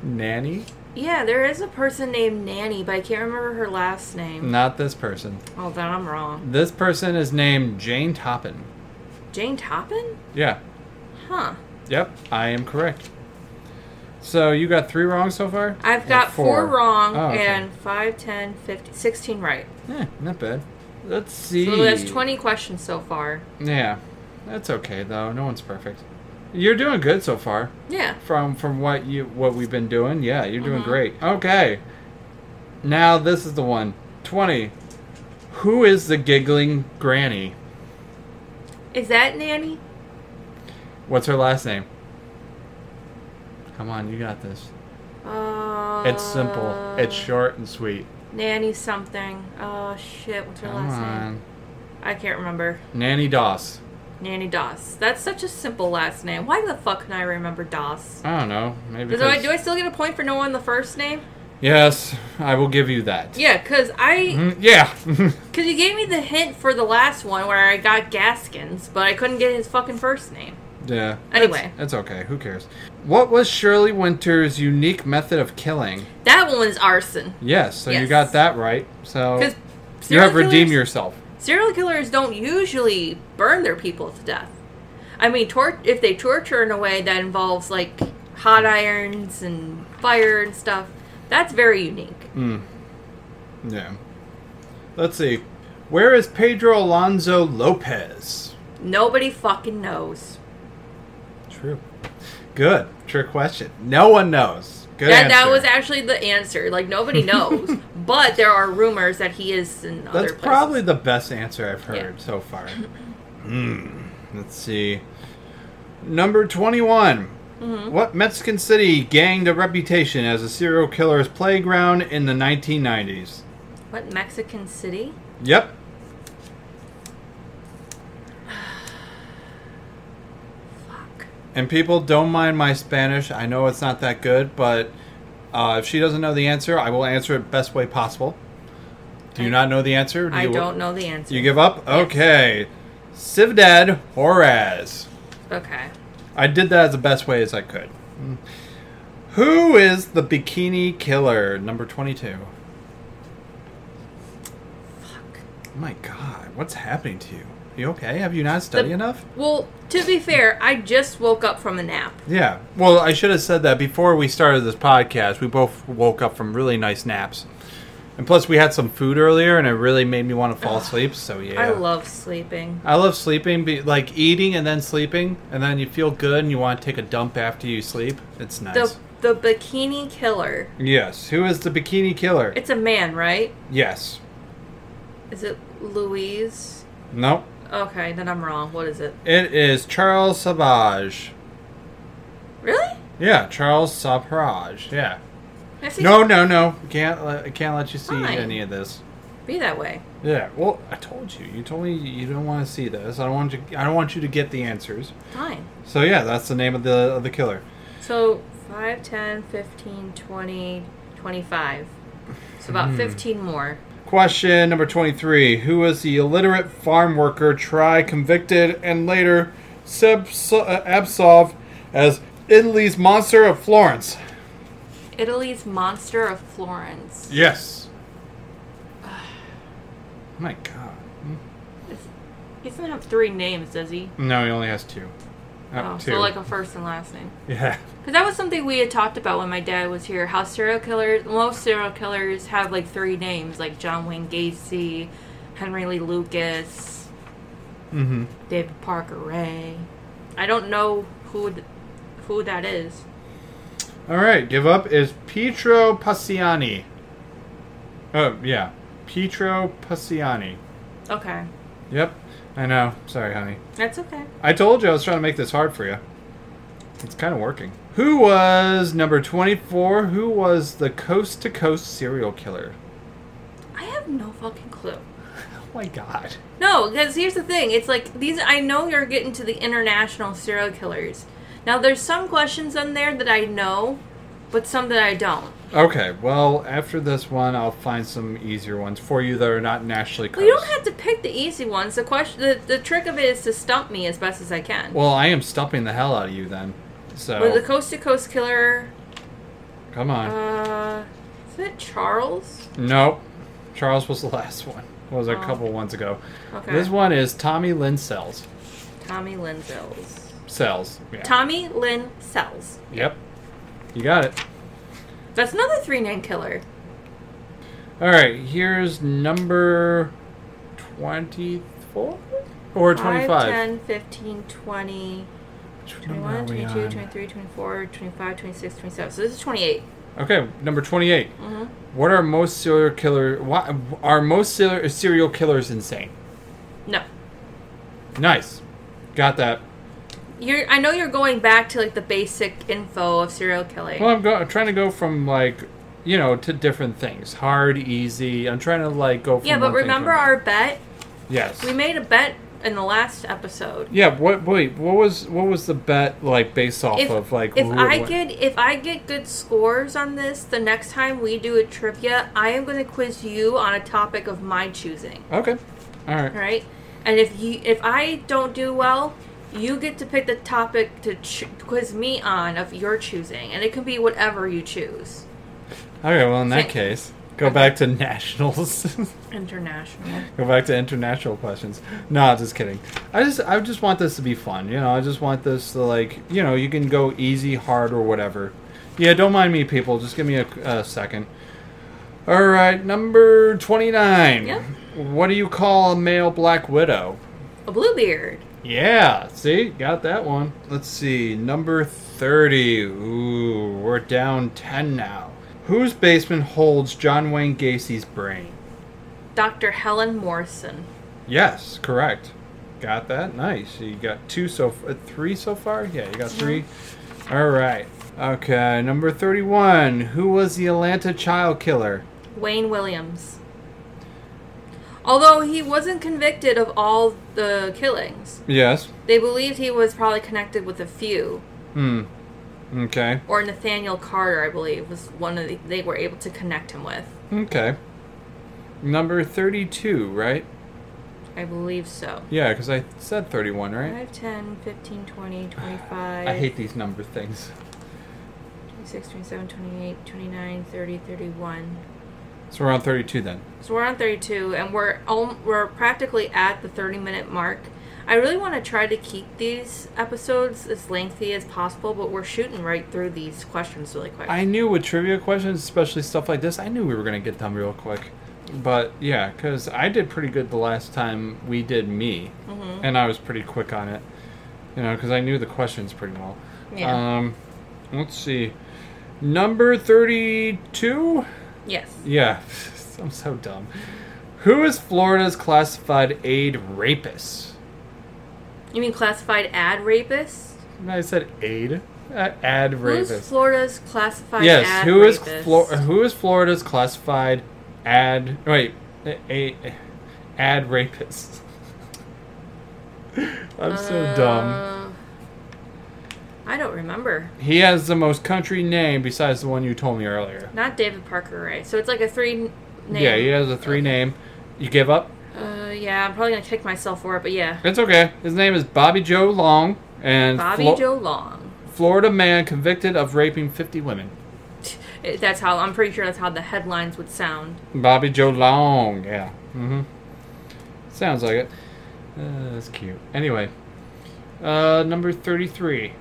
[SPEAKER 1] Nanny?
[SPEAKER 2] Yeah, there is a person named Nanny, but I can't remember her last name.
[SPEAKER 1] Not this person.
[SPEAKER 2] Oh, then I'm wrong.
[SPEAKER 1] This person is named Jane Toppin.
[SPEAKER 2] Jane Toppin?
[SPEAKER 1] Yeah.
[SPEAKER 2] Huh.
[SPEAKER 1] Yep. I am correct. So you got three wrong so far?
[SPEAKER 2] I've
[SPEAKER 1] Or
[SPEAKER 2] got four, wrong
[SPEAKER 1] Oh, okay.
[SPEAKER 2] and 5, 10, 15, 16 right.
[SPEAKER 1] Eh, not bad. Let's see.
[SPEAKER 2] So that's 20 questions so far.
[SPEAKER 1] Yeah. That's okay, though. No one's perfect. You're doing good so far.
[SPEAKER 2] Yeah.
[SPEAKER 1] From from what you what we've been doing, yeah, you're
[SPEAKER 2] Mm-hmm.
[SPEAKER 1] doing great. Okay. Now this is the one. Twenty. Who is the giggling granny?
[SPEAKER 2] Is that Nanny?
[SPEAKER 1] What's her last name? Come on, you got this.
[SPEAKER 2] Uh,
[SPEAKER 1] It's simple. It's short and sweet.
[SPEAKER 2] Nanny something. Oh shit, what's her
[SPEAKER 1] Come
[SPEAKER 2] last name?
[SPEAKER 1] on.
[SPEAKER 2] I can't remember.
[SPEAKER 1] Nanny Doss.
[SPEAKER 2] Nanny Doss. That's such a simple last name. Why the fuck can I remember Doss?
[SPEAKER 1] I don't know. Maybe.
[SPEAKER 2] Does- do I,
[SPEAKER 1] because-
[SPEAKER 2] do I still get a point for knowing the first name?
[SPEAKER 1] Yes, I will give you that.
[SPEAKER 2] Yeah, cause I,
[SPEAKER 1] Mm, yeah.
[SPEAKER 2] cause you gave me the hint for the last one where I got Gaskins, but I couldn't get his fucking first name.
[SPEAKER 1] yeah.
[SPEAKER 2] Anyway.
[SPEAKER 1] That's okay. Who cares? What was Shirley Winter's unique method of killing?
[SPEAKER 2] That one was arson.
[SPEAKER 1] Yes, so you
[SPEAKER 2] Yes.
[SPEAKER 1] got that right. So
[SPEAKER 2] Cause
[SPEAKER 1] Oh. you
[SPEAKER 2] serial
[SPEAKER 1] have redeemed
[SPEAKER 2] killers-
[SPEAKER 1] yourself.
[SPEAKER 2] Serial killers don't usually burn their people to death. I mean, tor- if they torture in a way that involves like hot irons and fire and stuff, that's very unique.
[SPEAKER 1] Mm. Yeah. Let's see. Where is Pedro Alonso Lopez?
[SPEAKER 2] Nobody fucking knows.
[SPEAKER 1] True. Good. Trick question. No one knows. Good
[SPEAKER 2] That, that
[SPEAKER 1] answer.
[SPEAKER 2] was actually the answer. Like nobody knows, but there are rumors that he is in other
[SPEAKER 1] That's
[SPEAKER 2] places.
[SPEAKER 1] probably the best answer I've
[SPEAKER 2] Yeah.
[SPEAKER 1] heard so far. Hmm. Let's see. Number 21.
[SPEAKER 2] Mm-hmm.
[SPEAKER 1] What Mexican city gained a reputation as a serial killer's playground in the 1990s?
[SPEAKER 2] what Mexican city?
[SPEAKER 1] Yep.
[SPEAKER 2] Fuck.
[SPEAKER 1] And people don't mind my Spanish. I know it's not that good, but uh, if she doesn't know the answer, I will answer it best way possible. Do you
[SPEAKER 2] I-
[SPEAKER 1] not know the answer? Do
[SPEAKER 2] I
[SPEAKER 1] you,
[SPEAKER 2] don't know the answer.
[SPEAKER 1] You give up? Okay. Ciudad Juarez.
[SPEAKER 2] okay.
[SPEAKER 1] I did that as the best way as I could. Hmm. Who is the Bikini Killer? Number 22.
[SPEAKER 2] Fuck.
[SPEAKER 1] My god, what's happening to you? You okay? Have you not studied
[SPEAKER 2] The-
[SPEAKER 1] enough?
[SPEAKER 2] Well, to be fair, I just woke up from a nap.
[SPEAKER 1] Yeah. Well, I should have said that before we started this podcast. We both woke up from really nice naps. And plus, we had some food earlier, and it really made me want to fall asleep, so yeah.
[SPEAKER 2] I love sleeping.
[SPEAKER 1] I love sleeping, be, like eating and then sleeping, and then you feel good and you want to take a dump after you sleep. It's nice.
[SPEAKER 2] The the bikini killer.
[SPEAKER 1] yes. Who is the Bikini Killer?
[SPEAKER 2] It's a man, right?
[SPEAKER 1] yes.
[SPEAKER 2] Is it Louise?
[SPEAKER 1] Nope.
[SPEAKER 2] Okay, then I'm wrong. What is it?
[SPEAKER 1] It is Charles Savage.
[SPEAKER 2] Really?
[SPEAKER 1] Yeah, Charles Savage. Yeah.
[SPEAKER 2] I see
[SPEAKER 1] No, no, no. Can't let, can't let you see
[SPEAKER 2] Fine.
[SPEAKER 1] any of this.
[SPEAKER 2] Be that way.
[SPEAKER 1] Yeah. Well, I told you. You told me you don't want to see this. I don't want you. I don't want you to get the answers.
[SPEAKER 2] Fine.
[SPEAKER 1] So yeah, that's the name of the of the killer.
[SPEAKER 2] So 5, 10, 15, 20, 25. So about 15 more.
[SPEAKER 1] Question number twenty-three: Who was the illiterate farm worker tried, convicted, and later subs- uh, absolved as Italy's monster of Florence?
[SPEAKER 2] Italy's monster of Florence.
[SPEAKER 1] Yes. My God.
[SPEAKER 2] It's- He doesn't have three names, does he?
[SPEAKER 1] No, he only has two. Uh,
[SPEAKER 2] Oh, so like a first and last name.
[SPEAKER 1] yeah.
[SPEAKER 2] Because that was something we had talked about when my dad was here. How serial killers, most serial killers have like three names, like John Wayne Gacy, Henry Lee Lucas,
[SPEAKER 1] Mm-hmm.
[SPEAKER 2] David Parker Ray. I don't know who th- who that is.
[SPEAKER 1] All right, give up is Pietro Passiani. Oh yeah, Pietro Passiani.
[SPEAKER 2] Okay,
[SPEAKER 1] Yep, I know. Sorry, honey.
[SPEAKER 2] that's okay.
[SPEAKER 1] I told you I was trying to make this hard for you. It's kind of working. Who was number twenty-four? Who was the coast-to-coast serial killer?
[SPEAKER 2] I have no fucking clue.
[SPEAKER 1] Oh my god.
[SPEAKER 2] No, because here's the thing. It's like these. I know you're getting to the international serial killers. Now there's some questions on there that I know, but some that I don't.
[SPEAKER 1] Okay, well after this one, I'll find some easier ones for you that are not nationally coast.
[SPEAKER 2] Well, you don't have to pick the easy ones. The question, the, the trick of it is to stump me as best as I can.
[SPEAKER 1] Well, I am stumping the hell out of you then.
[SPEAKER 2] With the
[SPEAKER 1] So
[SPEAKER 2] coast to coast killer,
[SPEAKER 1] come on.
[SPEAKER 2] uh, is it Charles?
[SPEAKER 1] Nope. Charles was the last one. Was a
[SPEAKER 2] Oh.
[SPEAKER 1] couple ones ago.
[SPEAKER 2] Okay.
[SPEAKER 1] This one is Tommy Lynn Sells.
[SPEAKER 2] Tommy Lynn Sells.
[SPEAKER 1] Sells. Yeah.
[SPEAKER 2] Tommy Lynn Sells.
[SPEAKER 1] yep. You got it.
[SPEAKER 2] That's another three name killer.
[SPEAKER 1] All right. Here's number twenty-four or
[SPEAKER 2] Five,
[SPEAKER 1] twenty-five.
[SPEAKER 2] 10, 15, 20,
[SPEAKER 1] Which number are we
[SPEAKER 2] 21, 22,
[SPEAKER 1] on?
[SPEAKER 2] 23, 24, 25, 26, 27. So this is 28.
[SPEAKER 1] Okay, number 28
[SPEAKER 2] Mhm.
[SPEAKER 1] What are most serial killer? Why are most ser- serial killers insane?
[SPEAKER 2] No.
[SPEAKER 1] Nice, got that.
[SPEAKER 2] You're, I know you're going back to like the basic info of serial killing.
[SPEAKER 1] Well, I'm, go- I'm trying to go from like, you know, to different things. Hard, easy. I'm trying to like go. From
[SPEAKER 2] yeah, but
[SPEAKER 1] one thing to
[SPEAKER 2] remember
[SPEAKER 1] another.
[SPEAKER 2] our bet?
[SPEAKER 1] yes.
[SPEAKER 2] We made a bet in the last episode.
[SPEAKER 1] yeah. What? Wait. What was? What was the bet like based off
[SPEAKER 2] If,
[SPEAKER 1] of? Like,
[SPEAKER 2] if
[SPEAKER 1] who would
[SPEAKER 2] I
[SPEAKER 1] win?
[SPEAKER 2] get if I get good scores on this, the next time we do a trivia, I am going to quiz you on a topic of my choosing.
[SPEAKER 1] Okay. All right.
[SPEAKER 2] All right, and if you if I don't do well, you get to pick the topic to ch- quiz me on of your choosing, and it can be whatever you choose.
[SPEAKER 1] Okay. Well, in that
[SPEAKER 2] Say-
[SPEAKER 1] case, go back to nationals.
[SPEAKER 2] International.
[SPEAKER 1] go back to international questions. No, just kidding. I just, I just want this to be fun. You know, I just want this to like, you know, you can go easy, hard, or whatever. Yeah, don't mind me, people. Just give me a, a second. All right, number twenty-nine.
[SPEAKER 2] Yeah.
[SPEAKER 1] What do you call a male black widow?
[SPEAKER 2] A bluebeard.
[SPEAKER 1] Yeah, see, got that one. Let's see, number 30. Ooh, we're down 10 now. Whose basement holds John Wayne Gacy's brain?
[SPEAKER 2] Dr. Helen Morrison.
[SPEAKER 1] Yes, correct. Got that? Nice. You got two so f- uh, three so far? Yeah, you got 3 All right. Okay, number 31. Who was the Atlanta child killer?
[SPEAKER 2] Wayne Williams. Although he wasn't convicted of all the killings,
[SPEAKER 1] Yes.
[SPEAKER 2] they believed he was probably connected with a few.
[SPEAKER 1] Hmm. Okay.
[SPEAKER 2] Or Nathaniel Carter, I believe, was one of the, they were able to connect him with.
[SPEAKER 1] Okay. Number 32, right?
[SPEAKER 2] I believe so.
[SPEAKER 1] Yeah, because I said 31, right?
[SPEAKER 2] 5, 10, 15, 20, 25,
[SPEAKER 1] I hate these number things.
[SPEAKER 2] 26, 27, 28, 29, 30, 31.
[SPEAKER 1] So we're on 32 then.
[SPEAKER 2] So we're on 32, and we're al- we're practically at the 30 minute mark. I really want to try to keep these episodes as lengthy as possible, but we're shooting right through these questions really quick.
[SPEAKER 1] I knew with trivia questions, especially stuff like this, I knew we were going to get done real quick. But yeah, because I did pretty good the last time we did me.
[SPEAKER 2] Mm-hmm.
[SPEAKER 1] And I was pretty quick on it. You know, because I knew the questions pretty well.
[SPEAKER 2] Yeah.
[SPEAKER 1] Um, let's see. Number 32?
[SPEAKER 2] yes.
[SPEAKER 1] Yeah. I'm so dumb. Who is Florida's classified aid rapist?
[SPEAKER 2] You mean classified ad rapists?
[SPEAKER 1] I said aid. Uh, ad rapist.
[SPEAKER 2] Who's Florida's classified
[SPEAKER 1] Yes,
[SPEAKER 2] ad
[SPEAKER 1] who is
[SPEAKER 2] rapist?
[SPEAKER 1] Flor- who is Florida's classified ad wait a, a- ad rapist? I'm so dumb.
[SPEAKER 2] Uh, I don't remember.
[SPEAKER 1] He has the most country name besides the one you told me earlier.
[SPEAKER 2] Not David Parker, right? So it's like a three n- name.
[SPEAKER 1] Yeah, he has a three name. You give up?
[SPEAKER 2] Uh, yeah, I'm probably gonna kick myself for it, but yeah.
[SPEAKER 1] It's okay. His name is Bobby Joe Long and
[SPEAKER 2] Bobby
[SPEAKER 1] Flo-
[SPEAKER 2] Joe Long.
[SPEAKER 1] Florida man convicted of raping 50 women.
[SPEAKER 2] It- That's how I'm pretty sure that's how the headlines would sound.
[SPEAKER 1] Bobby Joe Long, yeah. Mm-hmm. Sounds like it. Uh, that's cute. Anyway, uh, number 33.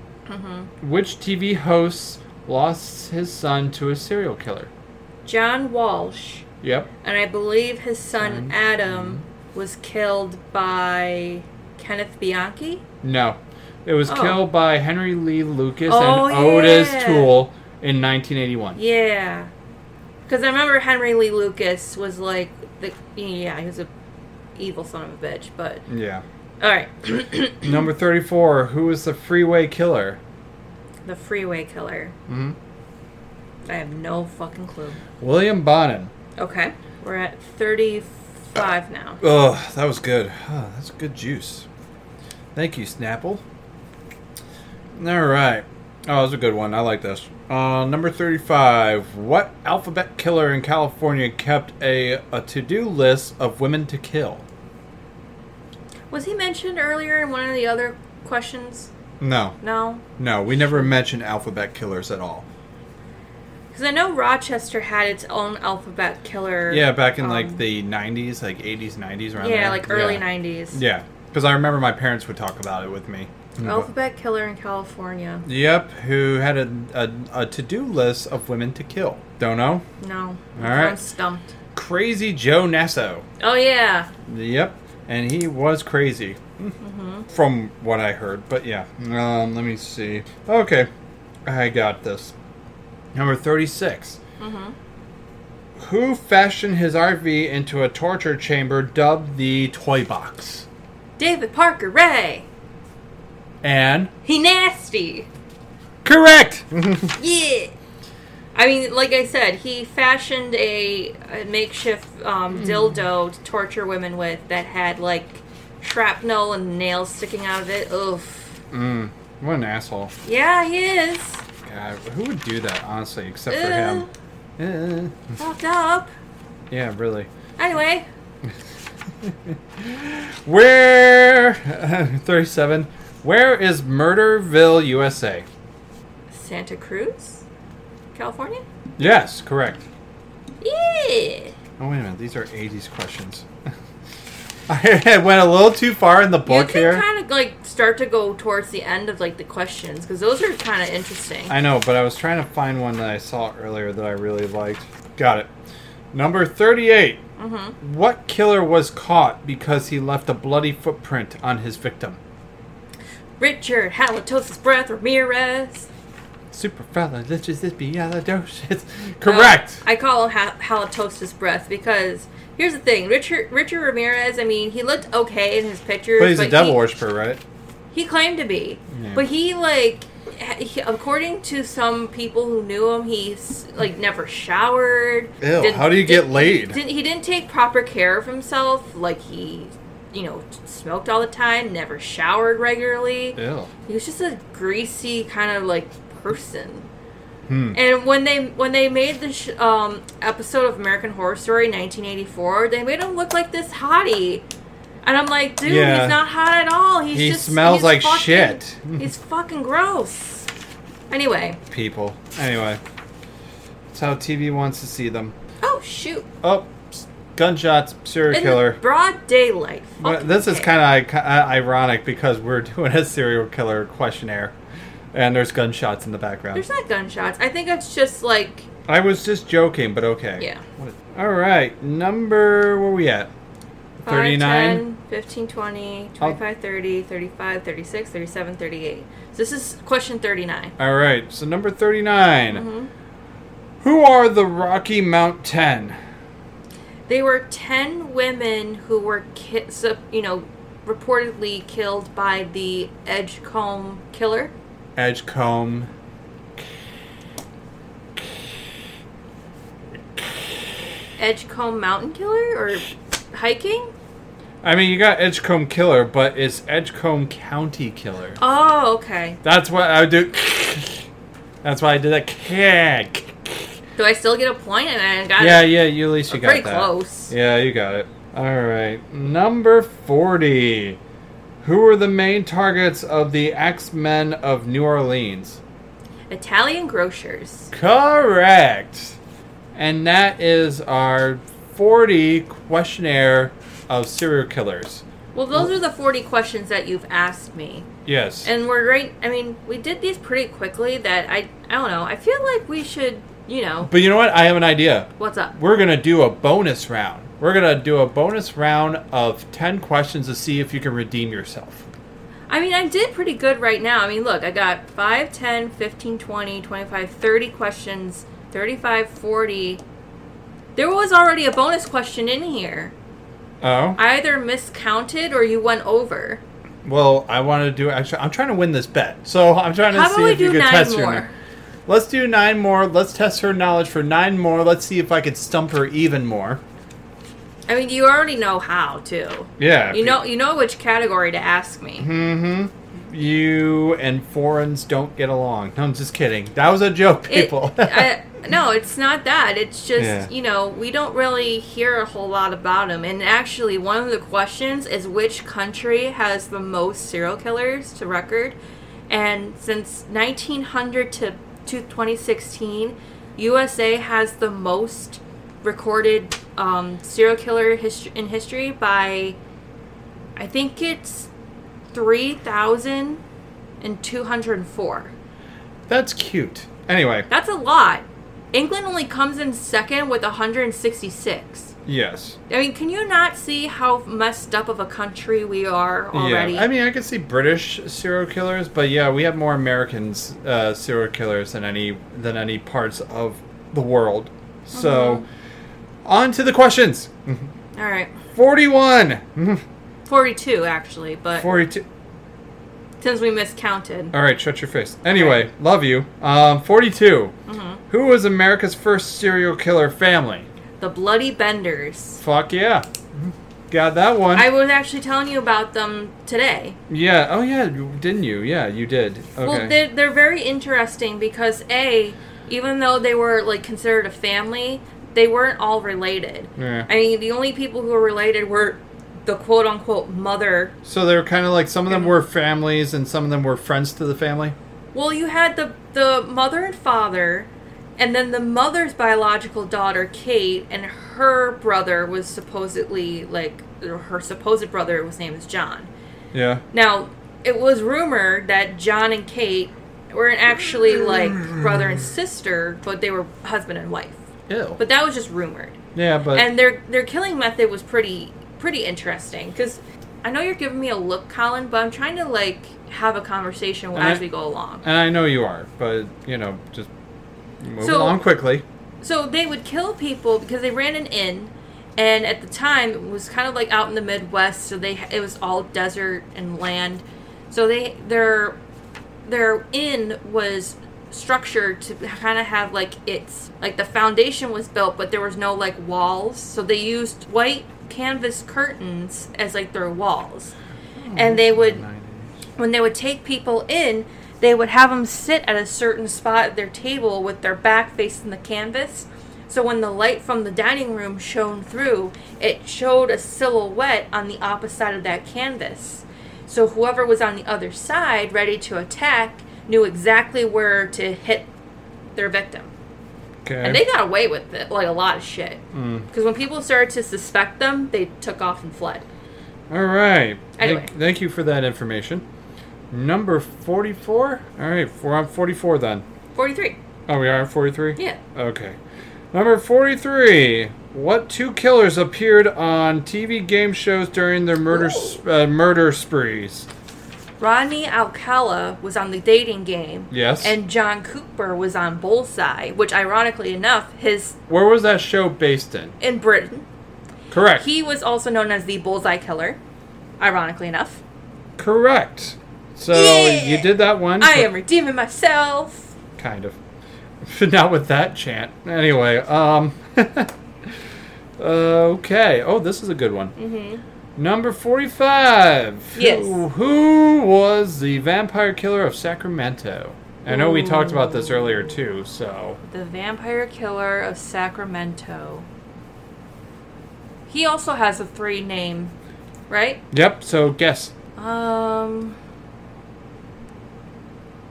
[SPEAKER 1] Which TV host lost his son to a serial killer?
[SPEAKER 2] John Walsh,
[SPEAKER 1] Yep.
[SPEAKER 2] and I believe his son Adam was killed by Kenneth Bianchi.
[SPEAKER 1] No. It was
[SPEAKER 2] Oh.
[SPEAKER 1] killed by Henry Lee Lucas
[SPEAKER 2] Oh,
[SPEAKER 1] and Otis
[SPEAKER 2] yeah.
[SPEAKER 1] Toole in 1981.
[SPEAKER 2] Yeah, because I remember Henry Lee Lucas was like the yeah he was a evil son of a bitch. But
[SPEAKER 1] Yeah.
[SPEAKER 2] all right,
[SPEAKER 1] number 34. Who was the freeway killer?
[SPEAKER 2] the freeway killer.
[SPEAKER 1] hmm
[SPEAKER 2] I have no fucking clue.
[SPEAKER 1] William Bonin.
[SPEAKER 2] Okay, we're at thirty-five now.
[SPEAKER 1] Oh, that was good. Oh, that's good juice. Thank you, Snapple. All right. Oh, that was a good one. I like this. Uh, number 35. What alphabet killer in California kept a, a to do list of women to kill?
[SPEAKER 2] Was he mentioned earlier in one of the other questions?
[SPEAKER 1] No.
[SPEAKER 2] No.
[SPEAKER 1] No, we never mentioned alphabet killers at all.
[SPEAKER 2] Because I know Rochester had its own alphabet killer.
[SPEAKER 1] Yeah, back in
[SPEAKER 2] um,
[SPEAKER 1] like the 90s, like 80s, 90s, around
[SPEAKER 2] yeah,
[SPEAKER 1] there.
[SPEAKER 2] like early
[SPEAKER 1] yeah.
[SPEAKER 2] 90s.
[SPEAKER 1] Yeah, because I remember my parents would talk about it with me.
[SPEAKER 2] Alphabet killer in California.
[SPEAKER 1] Yep, who had a, a, a to do list of women to kill. Don't know.
[SPEAKER 2] No.
[SPEAKER 1] All right.
[SPEAKER 2] I'm stumped.
[SPEAKER 1] Crazy Joe Nasso.
[SPEAKER 2] Oh, yeah.
[SPEAKER 1] Yep. and he was crazy, from what I heard. But yeah, um, let me see. Okay, I got this. Number 36 Who fashioned his RV into a torture chamber dubbed the Toy Box?
[SPEAKER 2] David Parker Ray.
[SPEAKER 1] And
[SPEAKER 2] He nasty.
[SPEAKER 1] correct.
[SPEAKER 2] Yeah. I mean, like I said, he fashioned a, a makeshift um,
[SPEAKER 1] Hmm.
[SPEAKER 2] dildo to torture women with that had like shrapnel and nails sticking out of it. Oof.
[SPEAKER 1] mm, what an asshole!
[SPEAKER 2] Yeah, he is.
[SPEAKER 1] God, who would do that honestly, except for
[SPEAKER 2] Ugh.
[SPEAKER 1] him? Eh,
[SPEAKER 2] Fucked up.
[SPEAKER 1] yeah, really.
[SPEAKER 2] Anyway,
[SPEAKER 1] Where 37 Where is Murderville, USA?
[SPEAKER 2] Santa Cruz, California.
[SPEAKER 1] Yes, correct.
[SPEAKER 2] Yeah.
[SPEAKER 1] Oh wait a minute, these are 80s questions. I went a little too far in the
[SPEAKER 2] You
[SPEAKER 1] book
[SPEAKER 2] can
[SPEAKER 1] here.
[SPEAKER 2] kind of like start to go towards the end of like the questions because those are kind of interesting.
[SPEAKER 1] I know, but I was trying to find one that I saw earlier that I really liked. Got it. Number 38.
[SPEAKER 2] Mm-hmm.
[SPEAKER 1] What killer was caught because he left a bloody footprint on his victim?
[SPEAKER 2] Richard Halitosis Breath Ramirez.
[SPEAKER 1] Super fella, let's just be yellow-doses. Correct.
[SPEAKER 2] I call him ha- halitosis breath because here's the thing, Richard Richard Ramirez. I mean, he looked okay in his pictures,
[SPEAKER 1] But he's a devil
[SPEAKER 2] he,
[SPEAKER 1] worshiper, right?
[SPEAKER 2] He claimed to be,
[SPEAKER 1] Yeah.
[SPEAKER 2] but he like, ha- he, according to some people who knew him, he's like never showered.
[SPEAKER 1] Ew,
[SPEAKER 2] didn't-
[SPEAKER 1] how do you get
[SPEAKER 2] didn't-
[SPEAKER 1] laid?
[SPEAKER 2] Didn't, he didn't take proper care of himself. Like he, you know, smoked all the time, never showered regularly.
[SPEAKER 1] Ew.
[SPEAKER 2] He was just a greasy kind of like person.
[SPEAKER 1] Hmm.
[SPEAKER 2] And when they when they made the sh- um, episode of American Horror Story 1984, they made him look like this hottie, and I'm like, dude,
[SPEAKER 1] Yeah.
[SPEAKER 2] he's not hot at all. He's
[SPEAKER 1] He
[SPEAKER 2] just
[SPEAKER 1] smells
[SPEAKER 2] he's
[SPEAKER 1] like
[SPEAKER 2] fucking-
[SPEAKER 1] shit.
[SPEAKER 2] he's fucking gross. Anyway,
[SPEAKER 1] people. Anyway, that's how TV wants to see them.
[SPEAKER 2] oh shoot,
[SPEAKER 1] Oh, s- gunshots, serial
[SPEAKER 2] in
[SPEAKER 1] killer.
[SPEAKER 2] the broad daylight.
[SPEAKER 1] Well,
[SPEAKER 2] Fucking
[SPEAKER 1] this is
[SPEAKER 2] okay.
[SPEAKER 1] kind of uh, ironic because we're doing a serial killer questionnaire, and there's gunshots in the background.
[SPEAKER 2] There's not gunshots. I think it's just like
[SPEAKER 1] I was just joking, but okay.
[SPEAKER 2] Yeah.
[SPEAKER 1] What- All right, number where we at?
[SPEAKER 2] 5,
[SPEAKER 1] 39?
[SPEAKER 2] 10, 15, 20,
[SPEAKER 1] I'll-
[SPEAKER 2] 25, 30, 35, 36, 37, 38. So this is question 39.
[SPEAKER 1] All right, so number 39.
[SPEAKER 2] Mhm.
[SPEAKER 1] Who are the Rocky Mount 10?
[SPEAKER 2] They were 10 women who were, ki- so, you know, reportedly killed by the Edgecombe killer.
[SPEAKER 1] Edgecombe.
[SPEAKER 2] Edgecombe mountain killer or hiking?
[SPEAKER 1] I mean, you got Edgecombe Killer, but it's Edgecombe County Killer.
[SPEAKER 2] Oh, okay.
[SPEAKER 1] That's what I would do. That's why I did that.
[SPEAKER 2] Do I still get a point? And I got
[SPEAKER 1] Yeah,
[SPEAKER 2] it
[SPEAKER 1] yeah, you at least you got
[SPEAKER 2] pretty
[SPEAKER 1] that.
[SPEAKER 2] close.
[SPEAKER 1] Yeah, you got it. All right, number forty. Who were the main targets of the X Men of New Orleans?
[SPEAKER 2] Italian grocers.
[SPEAKER 1] Correct. And that is our forty questionnaire of serial killers.
[SPEAKER 2] Well, those are the 40 questions that you've asked me.
[SPEAKER 1] Yes.
[SPEAKER 2] And we're right. I mean, we did these pretty quickly. That I, I don't know. I feel like we should, you know,
[SPEAKER 1] but you know what? I have an idea.
[SPEAKER 2] what's up?
[SPEAKER 1] we're gonna do a bonus round. We're gonna do a bonus round of ten questions to see if you can redeem yourself.
[SPEAKER 2] I mean, I did pretty good right now. I mean, look, I got 5, 10, 15, 20, 25, 30 questions, 35, 40. There was already a bonus question in here.
[SPEAKER 1] Oh,
[SPEAKER 2] I either miscounted or you went over.
[SPEAKER 1] well, I want to do. Actually, I'm trying to win this bet, so I'm trying to
[SPEAKER 2] How
[SPEAKER 1] see
[SPEAKER 2] about we
[SPEAKER 1] if you
[SPEAKER 2] do
[SPEAKER 1] can
[SPEAKER 2] nine
[SPEAKER 1] test
[SPEAKER 2] more?
[SPEAKER 1] your. Let's do nine more. Let's test her knowledge for nine more. Let's see if I could stump her even more.
[SPEAKER 2] I mean, you already know how to.
[SPEAKER 1] Yeah.
[SPEAKER 2] You know, you know which category to ask me.
[SPEAKER 1] Mm-hmm. You and foreigns don't get along. No, I'm just kidding. That was a joke,
[SPEAKER 2] It-
[SPEAKER 1] people.
[SPEAKER 2] I, no, it's not that. It's just
[SPEAKER 1] Yeah.
[SPEAKER 2] you know we don't really hear a whole lot about him. And actually, one of the questions is which country has the most serial killers to record? And since 1900 to, to 2016, USA has the most recorded um, serial killer hist- in history by, I think it's three thousand and two hundred four.
[SPEAKER 1] That's cute. Anyway,
[SPEAKER 2] That's a lot. England only comes in second with 166.
[SPEAKER 1] Yes.
[SPEAKER 2] I mean, can you not see how messed up of a country we are already?
[SPEAKER 1] Yeah. I mean, I could see British serial killers, but yeah, we have more Americans uh, serial killers than any than any parts of the world. So,
[SPEAKER 2] Mm-hmm.
[SPEAKER 1] on to the questions. Mm-hmm.
[SPEAKER 2] All right.
[SPEAKER 1] 41.
[SPEAKER 2] 42, actually, but
[SPEAKER 1] 42.
[SPEAKER 2] since we miscounted.
[SPEAKER 1] All right, shut your face. Anyway, love you. Um, 42.
[SPEAKER 2] Mm-hmm.
[SPEAKER 1] Who was America's first serial killer family?
[SPEAKER 2] The Bloody Benders.
[SPEAKER 1] Fuck yeah. Got that one.
[SPEAKER 2] I was actually telling you about them today.
[SPEAKER 1] yeah. Oh, yeah. you- Didn't you? Yeah, you did. Okay.
[SPEAKER 2] Well, they're, they're very interesting because, A, even though they were, like, considered a family, they weren't all related.
[SPEAKER 1] Yeah.
[SPEAKER 2] I mean, the only people who were related were the quote unquote mother.
[SPEAKER 1] So they were kind of like some of them were families and some of them were friends to the family.
[SPEAKER 2] Well, you had the, the mother and father, and then the mother's biological daughter, Kate, and her brother was supposedly, like, her supposed brother was named as John.
[SPEAKER 1] Yeah.
[SPEAKER 2] Now, it was rumored that John and Kate weren't actually like brother and sister, but they were husband and wife.
[SPEAKER 1] Ew.
[SPEAKER 2] But that was just rumored.
[SPEAKER 1] yeah, but
[SPEAKER 2] And their their killing method was pretty pretty interesting cuz I know you're giving me a look, Colin, but I'm trying to like have a conversation
[SPEAKER 1] Uh-huh.
[SPEAKER 2] as we go along.
[SPEAKER 1] and I know you are, but you know, just move
[SPEAKER 2] So-
[SPEAKER 1] along quickly.
[SPEAKER 2] So they would kill people because they ran an inn, and at the time it was kind of like out in the Midwest, so they it was all desert and land. So they their their inn was structured to kind of have like its like the foundation was built, but there was no like walls. So they used white canvas curtains as like their walls, and they would when they would take people in, they would have them sit at a certain spot at their table with their back facing the canvas. So when the light from the dining room shone through, it showed a silhouette on the opposite side of that canvas. So whoever was on the other side, ready to attack, knew exactly where to hit their victim.
[SPEAKER 1] Okay.
[SPEAKER 2] And they got away with it, like a lot of shit. Because when people started to suspect them, they took off and fled.
[SPEAKER 1] All right.
[SPEAKER 2] Anyway.
[SPEAKER 1] Thank, thank you for that information. Number 44? All right, we're on 44 then.
[SPEAKER 2] 43.
[SPEAKER 1] Oh, we are on 43?
[SPEAKER 2] Yeah.
[SPEAKER 1] Okay. Number 43. What two killers appeared on TV game shows during their murder sp- uh, murder sprees?
[SPEAKER 2] Rodney Alcala was on the dating game.
[SPEAKER 1] Yes.
[SPEAKER 2] And John Cooper was on Bullseye, which ironically enough, his
[SPEAKER 1] Where was that show based in?
[SPEAKER 2] in Britain,
[SPEAKER 1] Correct.
[SPEAKER 2] he was also known as the Bullseye Killer. Ironically enough.
[SPEAKER 1] Correct. So
[SPEAKER 2] Yeah.
[SPEAKER 1] you did that one.
[SPEAKER 2] I am redeeming myself.
[SPEAKER 1] kind of. Not with that chant. Anyway, um Okay. Oh, this is a good one. Mm-hmm. Number 45.
[SPEAKER 2] Yes.
[SPEAKER 1] Who, who was the vampire killer of Sacramento? I know we talked about this earlier too, so
[SPEAKER 2] The vampire killer of Sacramento. He also has a three name, right?
[SPEAKER 1] Yep, so guess.
[SPEAKER 2] Um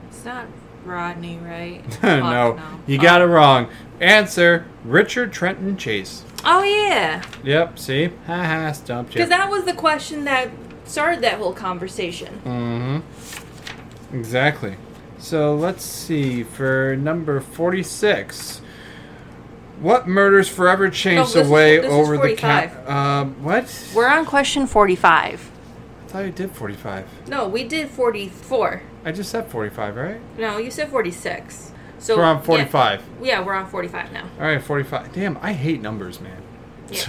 [SPEAKER 2] It's not Rodney, right?
[SPEAKER 1] no,
[SPEAKER 2] Fuck Oh.
[SPEAKER 1] You
[SPEAKER 2] Fuck.
[SPEAKER 1] got it wrong. Answer Richard Trenton Chase.
[SPEAKER 2] Oh yeah.
[SPEAKER 1] Yep, see? Haha, stumped you.
[SPEAKER 2] Because that was the question that started that whole conversation.
[SPEAKER 1] hmm Mm-hmm. Exactly. So let's see for number forty-six. What murders forever
[SPEAKER 2] No,
[SPEAKER 1] changed
[SPEAKER 2] Oh, this
[SPEAKER 1] the
[SPEAKER 2] is-
[SPEAKER 1] way
[SPEAKER 2] this is
[SPEAKER 1] over the
[SPEAKER 2] 45.
[SPEAKER 1] count? Um, what?
[SPEAKER 2] We're on question 45.
[SPEAKER 1] I thought you did forty-five.
[SPEAKER 2] No, we did 44.
[SPEAKER 1] I just said forty-five, right?
[SPEAKER 2] No, you said 46. So
[SPEAKER 1] We're on forty-five.
[SPEAKER 2] Yeah, yeah, we're on 45 now.
[SPEAKER 1] All right, forty-five. Damn, I hate numbers, man.
[SPEAKER 2] Yeah.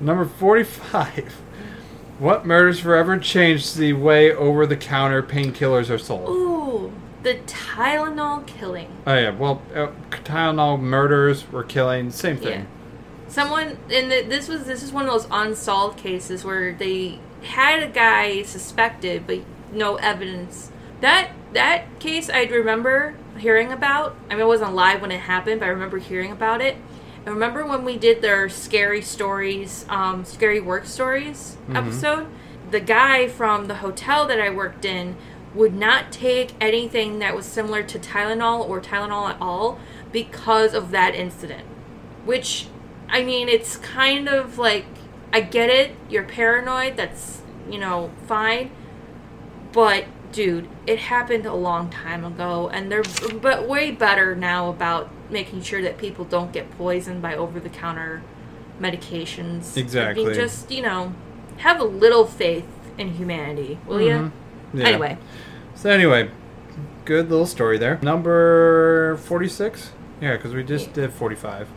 [SPEAKER 1] Number forty-five. What murders forever changed the way over-the-counter painkillers are sold?
[SPEAKER 2] Ooh, the Tylenol killing.
[SPEAKER 1] Oh yeah, well, uh, Tylenol murders were killing, same thing.
[SPEAKER 2] Yeah. Someone and the, this was this is one of those unsolved cases where they had a guy suspected but no evidence. That that case I remember hearing about. I mean, I wasn't live when it happened, but I remember hearing about it. I remember when we did their scary stories, um, scary work stories
[SPEAKER 1] Mm-hmm.
[SPEAKER 2] episode. The guy from the hotel that I worked in would not take anything that was similar to Tylenol or Tylenol at all because of that incident. Which, I mean, it's kind of like I get it. You're paranoid. That's you know fine, but dude, it happened a long time ago, and they're b- but way better now about making sure that people don't get poisoned by over the counter medications. I
[SPEAKER 1] Exactly.
[SPEAKER 2] mean, just you know, have a little faith in humanity, will you?
[SPEAKER 1] Mm-hmm. Yeah.
[SPEAKER 2] Anyway,
[SPEAKER 1] So anyway, good little story there. Number forty-six. Yeah, because we just did forty-five.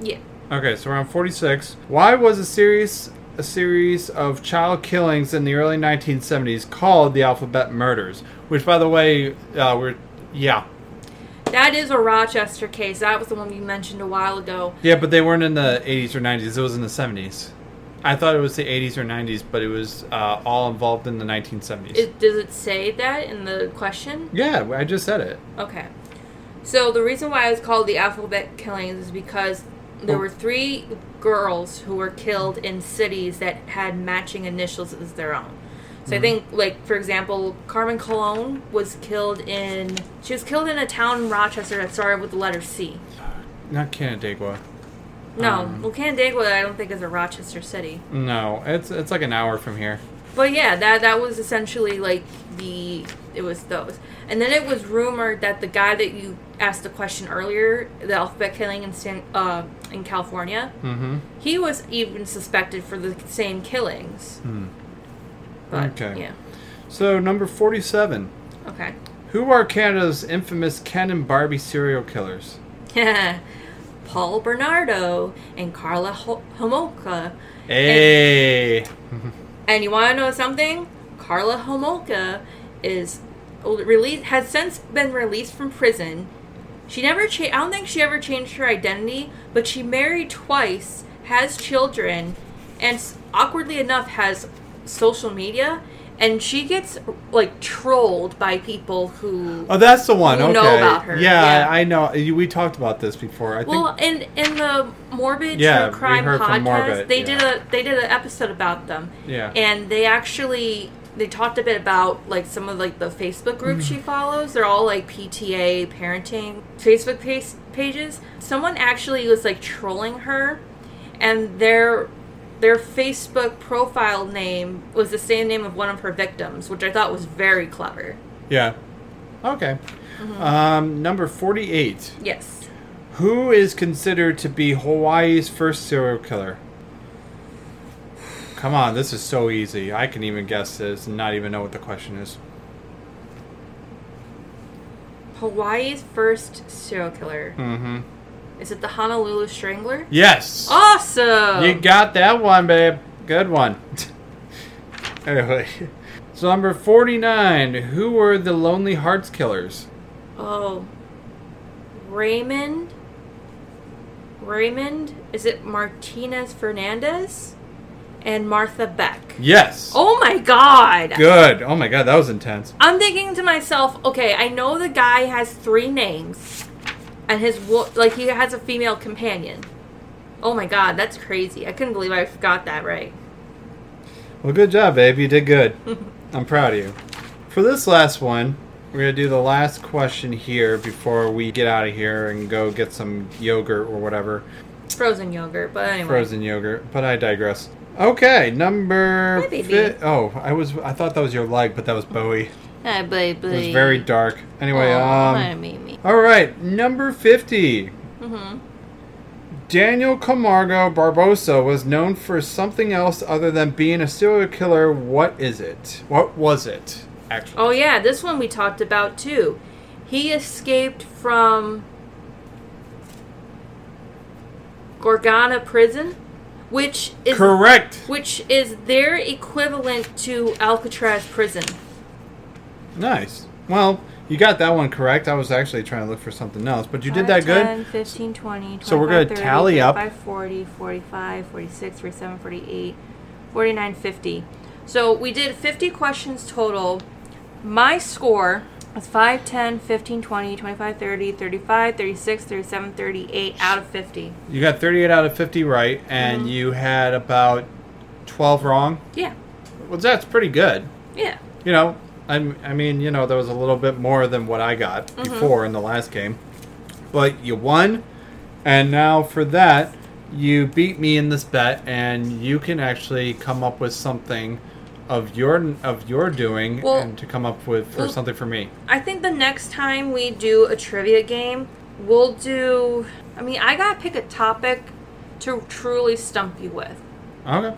[SPEAKER 2] yeah.
[SPEAKER 1] Okay, so we're on 46. Why was a series a series of child killings in the early 1970s called the Alphabet Murders? Which, by the way, uh, we're yeah,
[SPEAKER 2] That is a Rochester case. That was the one we mentioned a while ago.
[SPEAKER 1] yeah, but they weren't in the 80s or 90s. It was in the 70s. I thought it was the 80s or 90s, but it was uh, all involved in the 1970s.
[SPEAKER 2] It, does it say that in the question?
[SPEAKER 1] yeah, I just said it.
[SPEAKER 2] Okay. So the reason why it was called the alphabet killings is because there
[SPEAKER 1] Oh.
[SPEAKER 2] were three girls who were killed in cities that had matching initials as their own. So I think, like for example, Carmen Cologne was killed in she was killed in a town in Rochester that started with the letter C.
[SPEAKER 1] Not Canandaigua.
[SPEAKER 2] No,
[SPEAKER 1] Um.
[SPEAKER 2] well, Canandaigua I don't think is a Rochester city.
[SPEAKER 1] No, it's it's like an hour from here.
[SPEAKER 2] But yeah, that that was essentially like the it was those, and then it was rumored that the guy that you asked the question earlier, the alphabet killing in San, uh, in California,
[SPEAKER 1] Mm-hmm.
[SPEAKER 2] he was even suspected for the same killings. But,
[SPEAKER 1] Okay.
[SPEAKER 2] Yeah.
[SPEAKER 1] So number 47.
[SPEAKER 2] Okay.
[SPEAKER 1] Who are Canada's infamous Ken and Barbie serial killers?
[SPEAKER 2] Paul Bernardo and Carla Ho- Homolka.
[SPEAKER 1] Hey.
[SPEAKER 2] And you want to know something? Carla Homolka is released has since been released from prison. She never cha- I don't think she ever changed her identity, but she married twice, has children, and s- awkwardly enough has social media and she gets like trolled by people who
[SPEAKER 1] Oh, that's the one.
[SPEAKER 2] Who
[SPEAKER 1] okay.
[SPEAKER 2] know about her.
[SPEAKER 1] Yeah,
[SPEAKER 2] Yeah.
[SPEAKER 1] I know. You- We talked about this before. I
[SPEAKER 2] well,
[SPEAKER 1] think.
[SPEAKER 2] in in the morbid
[SPEAKER 1] Yeah, we
[SPEAKER 2] true crime
[SPEAKER 1] heard
[SPEAKER 2] podcast,
[SPEAKER 1] from Morbid,
[SPEAKER 2] they
[SPEAKER 1] yeah.
[SPEAKER 2] did a they did an episode about them.
[SPEAKER 1] Yeah.
[SPEAKER 2] and they actually they talked a bit about like some of like the Facebook groups
[SPEAKER 1] Mm-hmm.
[SPEAKER 2] she follows. They're all like PTA parenting Facebook page, pages. Someone actually was like trolling her, and their their Facebook profile name was the same name of one of her victims, which I thought was very clever.
[SPEAKER 1] Yeah. Okay.
[SPEAKER 2] Mm-hmm.
[SPEAKER 1] Um, number forty-eight.
[SPEAKER 2] Yes.
[SPEAKER 1] Who is considered to be Hawaii's first serial killer? Come on, this is so easy. I can even guess this and not even know what the question is.
[SPEAKER 2] Hawaii's first serial killer.
[SPEAKER 1] Mm-hmm.
[SPEAKER 2] Is it the Honolulu Strangler?
[SPEAKER 1] Yes.
[SPEAKER 2] Oh. Awesome.
[SPEAKER 1] You got that one, babe. Good one. anyway. So number forty-nine. Who were the Lonely Hearts killers?
[SPEAKER 2] oh, Raymond. Raymond. Is it Martinez Fernandez and Martha Beck?
[SPEAKER 1] Yes.
[SPEAKER 2] Oh my God.
[SPEAKER 1] Good. Oh my god, that was intense.
[SPEAKER 2] I'm thinking to myself, okay, I know the guy has three names, and his wo- like he has a female companion. Oh my God, that's crazy. I couldn't believe I got that right.
[SPEAKER 1] Well, good job, babe. You did good. I'm proud of you. For this last one, we're going to do the last question here before we get out of here and go get some yogurt or whatever.
[SPEAKER 2] Frozen yogurt, but anyway.
[SPEAKER 1] Frozen yogurt, but I digress. Okay, number
[SPEAKER 2] Hi, baby.
[SPEAKER 1] fi- Oh, I was I thought that was your leg, but that was Bowie.
[SPEAKER 2] Hi, baby.
[SPEAKER 1] It was very dark. Anyway, um
[SPEAKER 2] Mimi.
[SPEAKER 1] All right, number 50.
[SPEAKER 2] Mm-hmm.
[SPEAKER 1] Daniel Camargo Barbosa was known for something else other than being a serial killer. What is it? What was it, actually?
[SPEAKER 2] Oh yeah, this one we talked about too. He escaped from Gorgana prison, which is
[SPEAKER 1] Correct.
[SPEAKER 2] which is their equivalent to Alcatraz prison.
[SPEAKER 1] Nice. Well, you got that one correct. I was actually trying to look for something else, but you did that good.
[SPEAKER 2] 15, 20,
[SPEAKER 1] So we're gonna 25, 30, tally up. 35,
[SPEAKER 2] 40, 45, 46, 47, 48, 49, 50. So we did 50 questions total. My score was 5, 10, 15, 20, 25, 30, 35, 36, 37, 38 out of 50.
[SPEAKER 1] You got 38 out of 50 right, and you had about 12 wrong.
[SPEAKER 2] Yeah.
[SPEAKER 1] Well, that's pretty good.
[SPEAKER 2] Yeah.
[SPEAKER 1] You know, I'm, I mean, you know, there was a little bit more than what I got
[SPEAKER 2] Mm-hmm.
[SPEAKER 1] before in the last game. But you won, and now for that, you beat me in this bet, and you can actually come up with something of your of your doing
[SPEAKER 2] Well-
[SPEAKER 1] and to come up with for
[SPEAKER 2] well-
[SPEAKER 1] something for me.
[SPEAKER 2] I think the next time we do a trivia game, we'll do. I mean, I gotta pick a topic to truly stump you with.
[SPEAKER 1] Okay.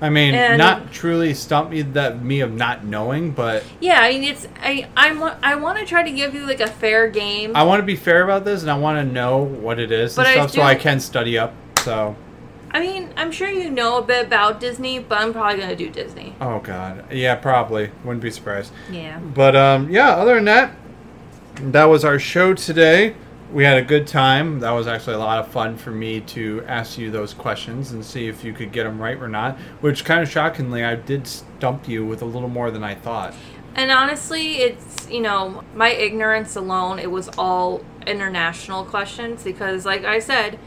[SPEAKER 1] I mean,
[SPEAKER 2] And-
[SPEAKER 1] not truly stump me that me of not knowing, but
[SPEAKER 2] Yeah, I mean it's I I'm I want to try to give you like a fair game.
[SPEAKER 1] I want to be fair about this, and I want to know what it is and
[SPEAKER 2] But I
[SPEAKER 1] stuff,
[SPEAKER 2] do-
[SPEAKER 1] so I can study up. So,
[SPEAKER 2] I mean, I'm sure you know a bit about Disney, but I'm probably gonna do Disney.
[SPEAKER 1] oh god, yeah, probably wouldn't be surprised.
[SPEAKER 2] Yeah.
[SPEAKER 1] But um, yeah, other than that, that was our show today. We had a good time. That was actually a lot of fun for me to ask you those questions and see if you could get them right or not. Which kind of shockingly, I did stump you with a little more than I thought.
[SPEAKER 2] And honestly, it's you know my ignorance alone. It was all international questions because, like I said,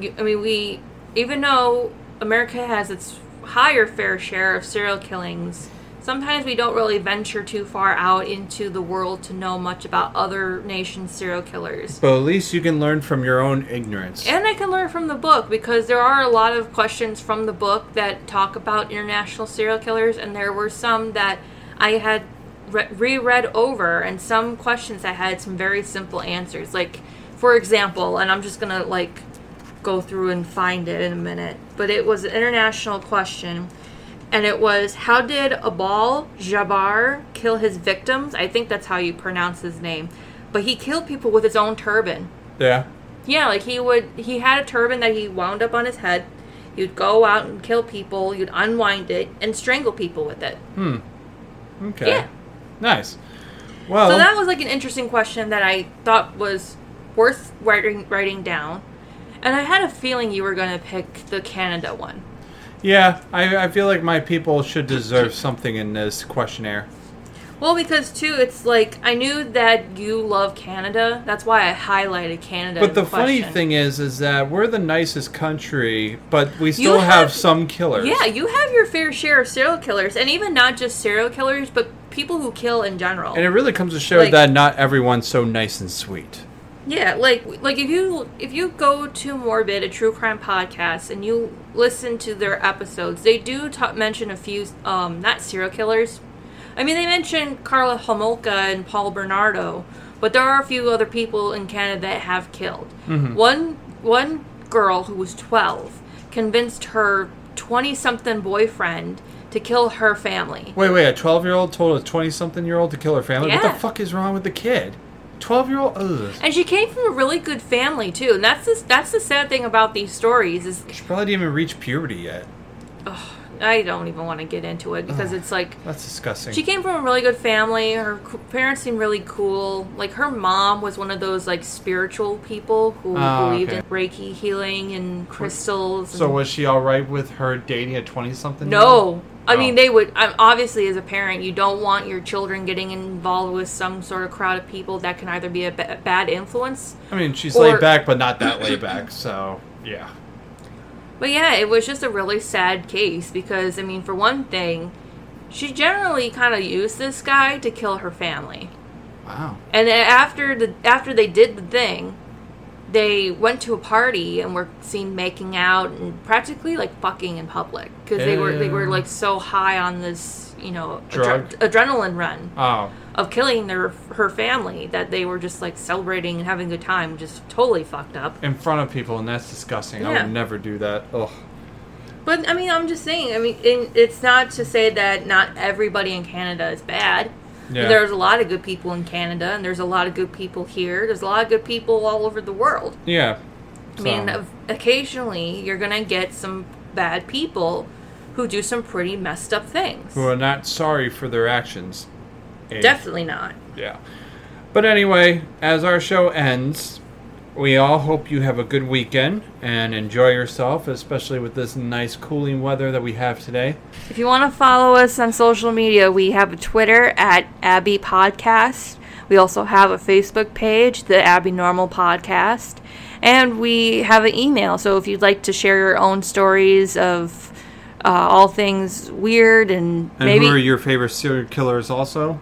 [SPEAKER 2] y- I mean we even though America has its higher fair share of serial killings, sometimes we don't really venture too far out into the world to know much about other nations' serial killers.
[SPEAKER 1] But at least you can learn from your own ignorance.
[SPEAKER 2] And I can learn from the book because there are a lot of questions from the book that talk about international serial killers, and there were some that I had re- reread over, and some questions I had some very simple answers. Like, for example, and I'm just gonna like go through and find it in a minute, but it was an international question. And it was, how did Abal Jabbar kill his victims? I think that's how you pronounce his name. But he killed people with his own turban.
[SPEAKER 1] yeah.
[SPEAKER 2] Yeah, like he would. He had a turban that he wound up on his head. You'd go out and kill people. You'd unwind it and strangle people with it.
[SPEAKER 1] Okay. Um,
[SPEAKER 2] Yeah.
[SPEAKER 1] Nice. Well,
[SPEAKER 2] So that was like an interesting question that I thought was worth writing writing down. And I had a feeling you were going to pick the Canada one.
[SPEAKER 1] yeah, I, I feel like my people should deserve something in this questionnaire.
[SPEAKER 2] Well, because too, it's like I knew that you love Canada. That's why I highlighted Canada.
[SPEAKER 1] But
[SPEAKER 2] in
[SPEAKER 1] the funny
[SPEAKER 2] question.
[SPEAKER 1] thing is, is that we're the nicest country, but we still have,
[SPEAKER 2] have-
[SPEAKER 1] some killers.
[SPEAKER 2] yeah, you have your fair share of serial killers, and even not just serial killers, but people who kill in general.
[SPEAKER 1] and it really comes to show
[SPEAKER 2] Like-
[SPEAKER 1] that not everyone's so nice and sweet.
[SPEAKER 2] Yeah, like like if you if you go to Morbid, a true crime podcast, and you listen to their episodes, they do ta- mention a few um not serial killers. I mean, they mention Carla Homolka and Paul Bernardo, but there are a few other people in Canada that have killed. One one girl who was 12 convinced her 20 something boyfriend to kill her family.
[SPEAKER 1] Wait, wait, a twelve-year-old told a twenty-something-year-old to kill her family. What
[SPEAKER 2] Yeah.
[SPEAKER 1] the fuck is wrong with the kid? Twelve-year-old. Ugh.
[SPEAKER 2] And she came from a really good family too. And that's the, that's the sad thing about these stories is
[SPEAKER 1] She probably didn't even reach puberty yet.
[SPEAKER 2] I don't even want to get into it because it's like
[SPEAKER 1] That's disgusting.
[SPEAKER 2] she came from a really good family. Her c- parents seemed really cool. Like her mom was one of those like spiritual people who
[SPEAKER 1] Ah,
[SPEAKER 2] believed in
[SPEAKER 1] okay.
[SPEAKER 2] Reiki healing and crystals.
[SPEAKER 1] so
[SPEAKER 2] and-
[SPEAKER 1] was she all right with her dating a twenty-something?
[SPEAKER 2] no. I mean,
[SPEAKER 1] Oh.
[SPEAKER 2] they would. I- Obviously, as a parent, you don't want your children getting involved with some sort of crowd of people that can either be a ba- bad influence
[SPEAKER 1] I mean, she's
[SPEAKER 2] Or-
[SPEAKER 1] laid back, but not that laid back. So yeah.
[SPEAKER 2] But yeah, it was just a really sad case because, I mean, for one thing, she generally kind of used this guy to kill her family.
[SPEAKER 1] Wow.
[SPEAKER 2] And then after the after they did the thing, they went to a party and were seen making out and practically like fucking in public because they were they were
[SPEAKER 1] Ew.
[SPEAKER 2] like so high on this you know
[SPEAKER 1] Drug?
[SPEAKER 2] adre- adrenaline run
[SPEAKER 1] Oh.
[SPEAKER 2] of killing their her family that they were just like celebrating and having a good time, just totally fucked up.
[SPEAKER 1] in front of people, and that's disgusting. I
[SPEAKER 2] Yeah.
[SPEAKER 1] would never do that. Ugh.
[SPEAKER 2] But I mean, I'm just saying. I mean, in, it's not to say that not everybody in Canada is bad.
[SPEAKER 1] Yeah.
[SPEAKER 2] There's a lot of good people in Canada, and there's a lot of good people here. There's a lot of good people all over the world.
[SPEAKER 1] Yeah.
[SPEAKER 2] I mean,
[SPEAKER 1] So,
[SPEAKER 2] of- occasionally you're gonna get some bad people who do some pretty messed up things.
[SPEAKER 1] who are not sorry for their actions. And-
[SPEAKER 2] Definitely not.
[SPEAKER 1] Yeah. But anyway, as our show ends, we all hope you have a good weekend and enjoy yourself, especially with this nice cooling weather that we have today.
[SPEAKER 2] If you want to follow us on social media, we have a Twitter at Abby Podcast. We also have a Facebook page, the Abby Normal Podcast, and we have an email. So if you'd like to share your own stories of uh, all things weird and,
[SPEAKER 1] And
[SPEAKER 2] maybe
[SPEAKER 1] who are your favorite serial killers also?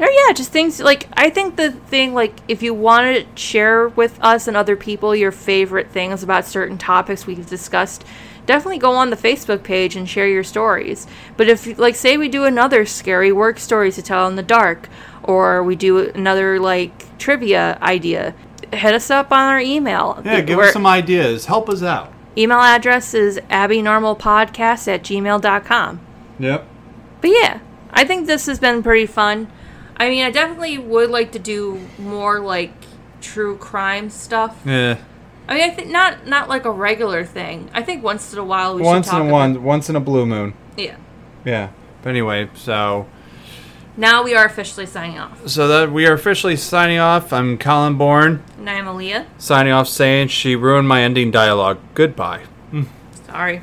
[SPEAKER 2] or yeah, just things like I think the thing like if you want to share with us and other people your favorite things about certain topics we've discussed, definitely go on the Facebook page and share your stories. But if like say we do another scary work stories to tell in the dark, or we do another like trivia idea, hit us up on our email.
[SPEAKER 1] Yeah, give
[SPEAKER 2] We're-
[SPEAKER 1] us some ideas. Help us out.
[SPEAKER 2] Email address is abbynormalpodcast at gmail.com.
[SPEAKER 1] Yep.
[SPEAKER 2] But yeah, I think this has been pretty fun. I mean, I definitely would like to do more like true crime stuff.
[SPEAKER 1] Yeah.
[SPEAKER 2] I mean, I think not not like a regular thing. I think once in a while we
[SPEAKER 1] Once
[SPEAKER 2] should talk
[SPEAKER 1] in a
[SPEAKER 2] about-
[SPEAKER 1] one, once in a blue moon.
[SPEAKER 2] Yeah.
[SPEAKER 1] Yeah. But anyway, so
[SPEAKER 2] Now we are officially signing off.
[SPEAKER 1] so that we are officially signing off. I'm Colin Bourne
[SPEAKER 2] And I'm Aaliyah.
[SPEAKER 1] signing off, saying she ruined my ending dialogue. Goodbye.
[SPEAKER 2] Sorry.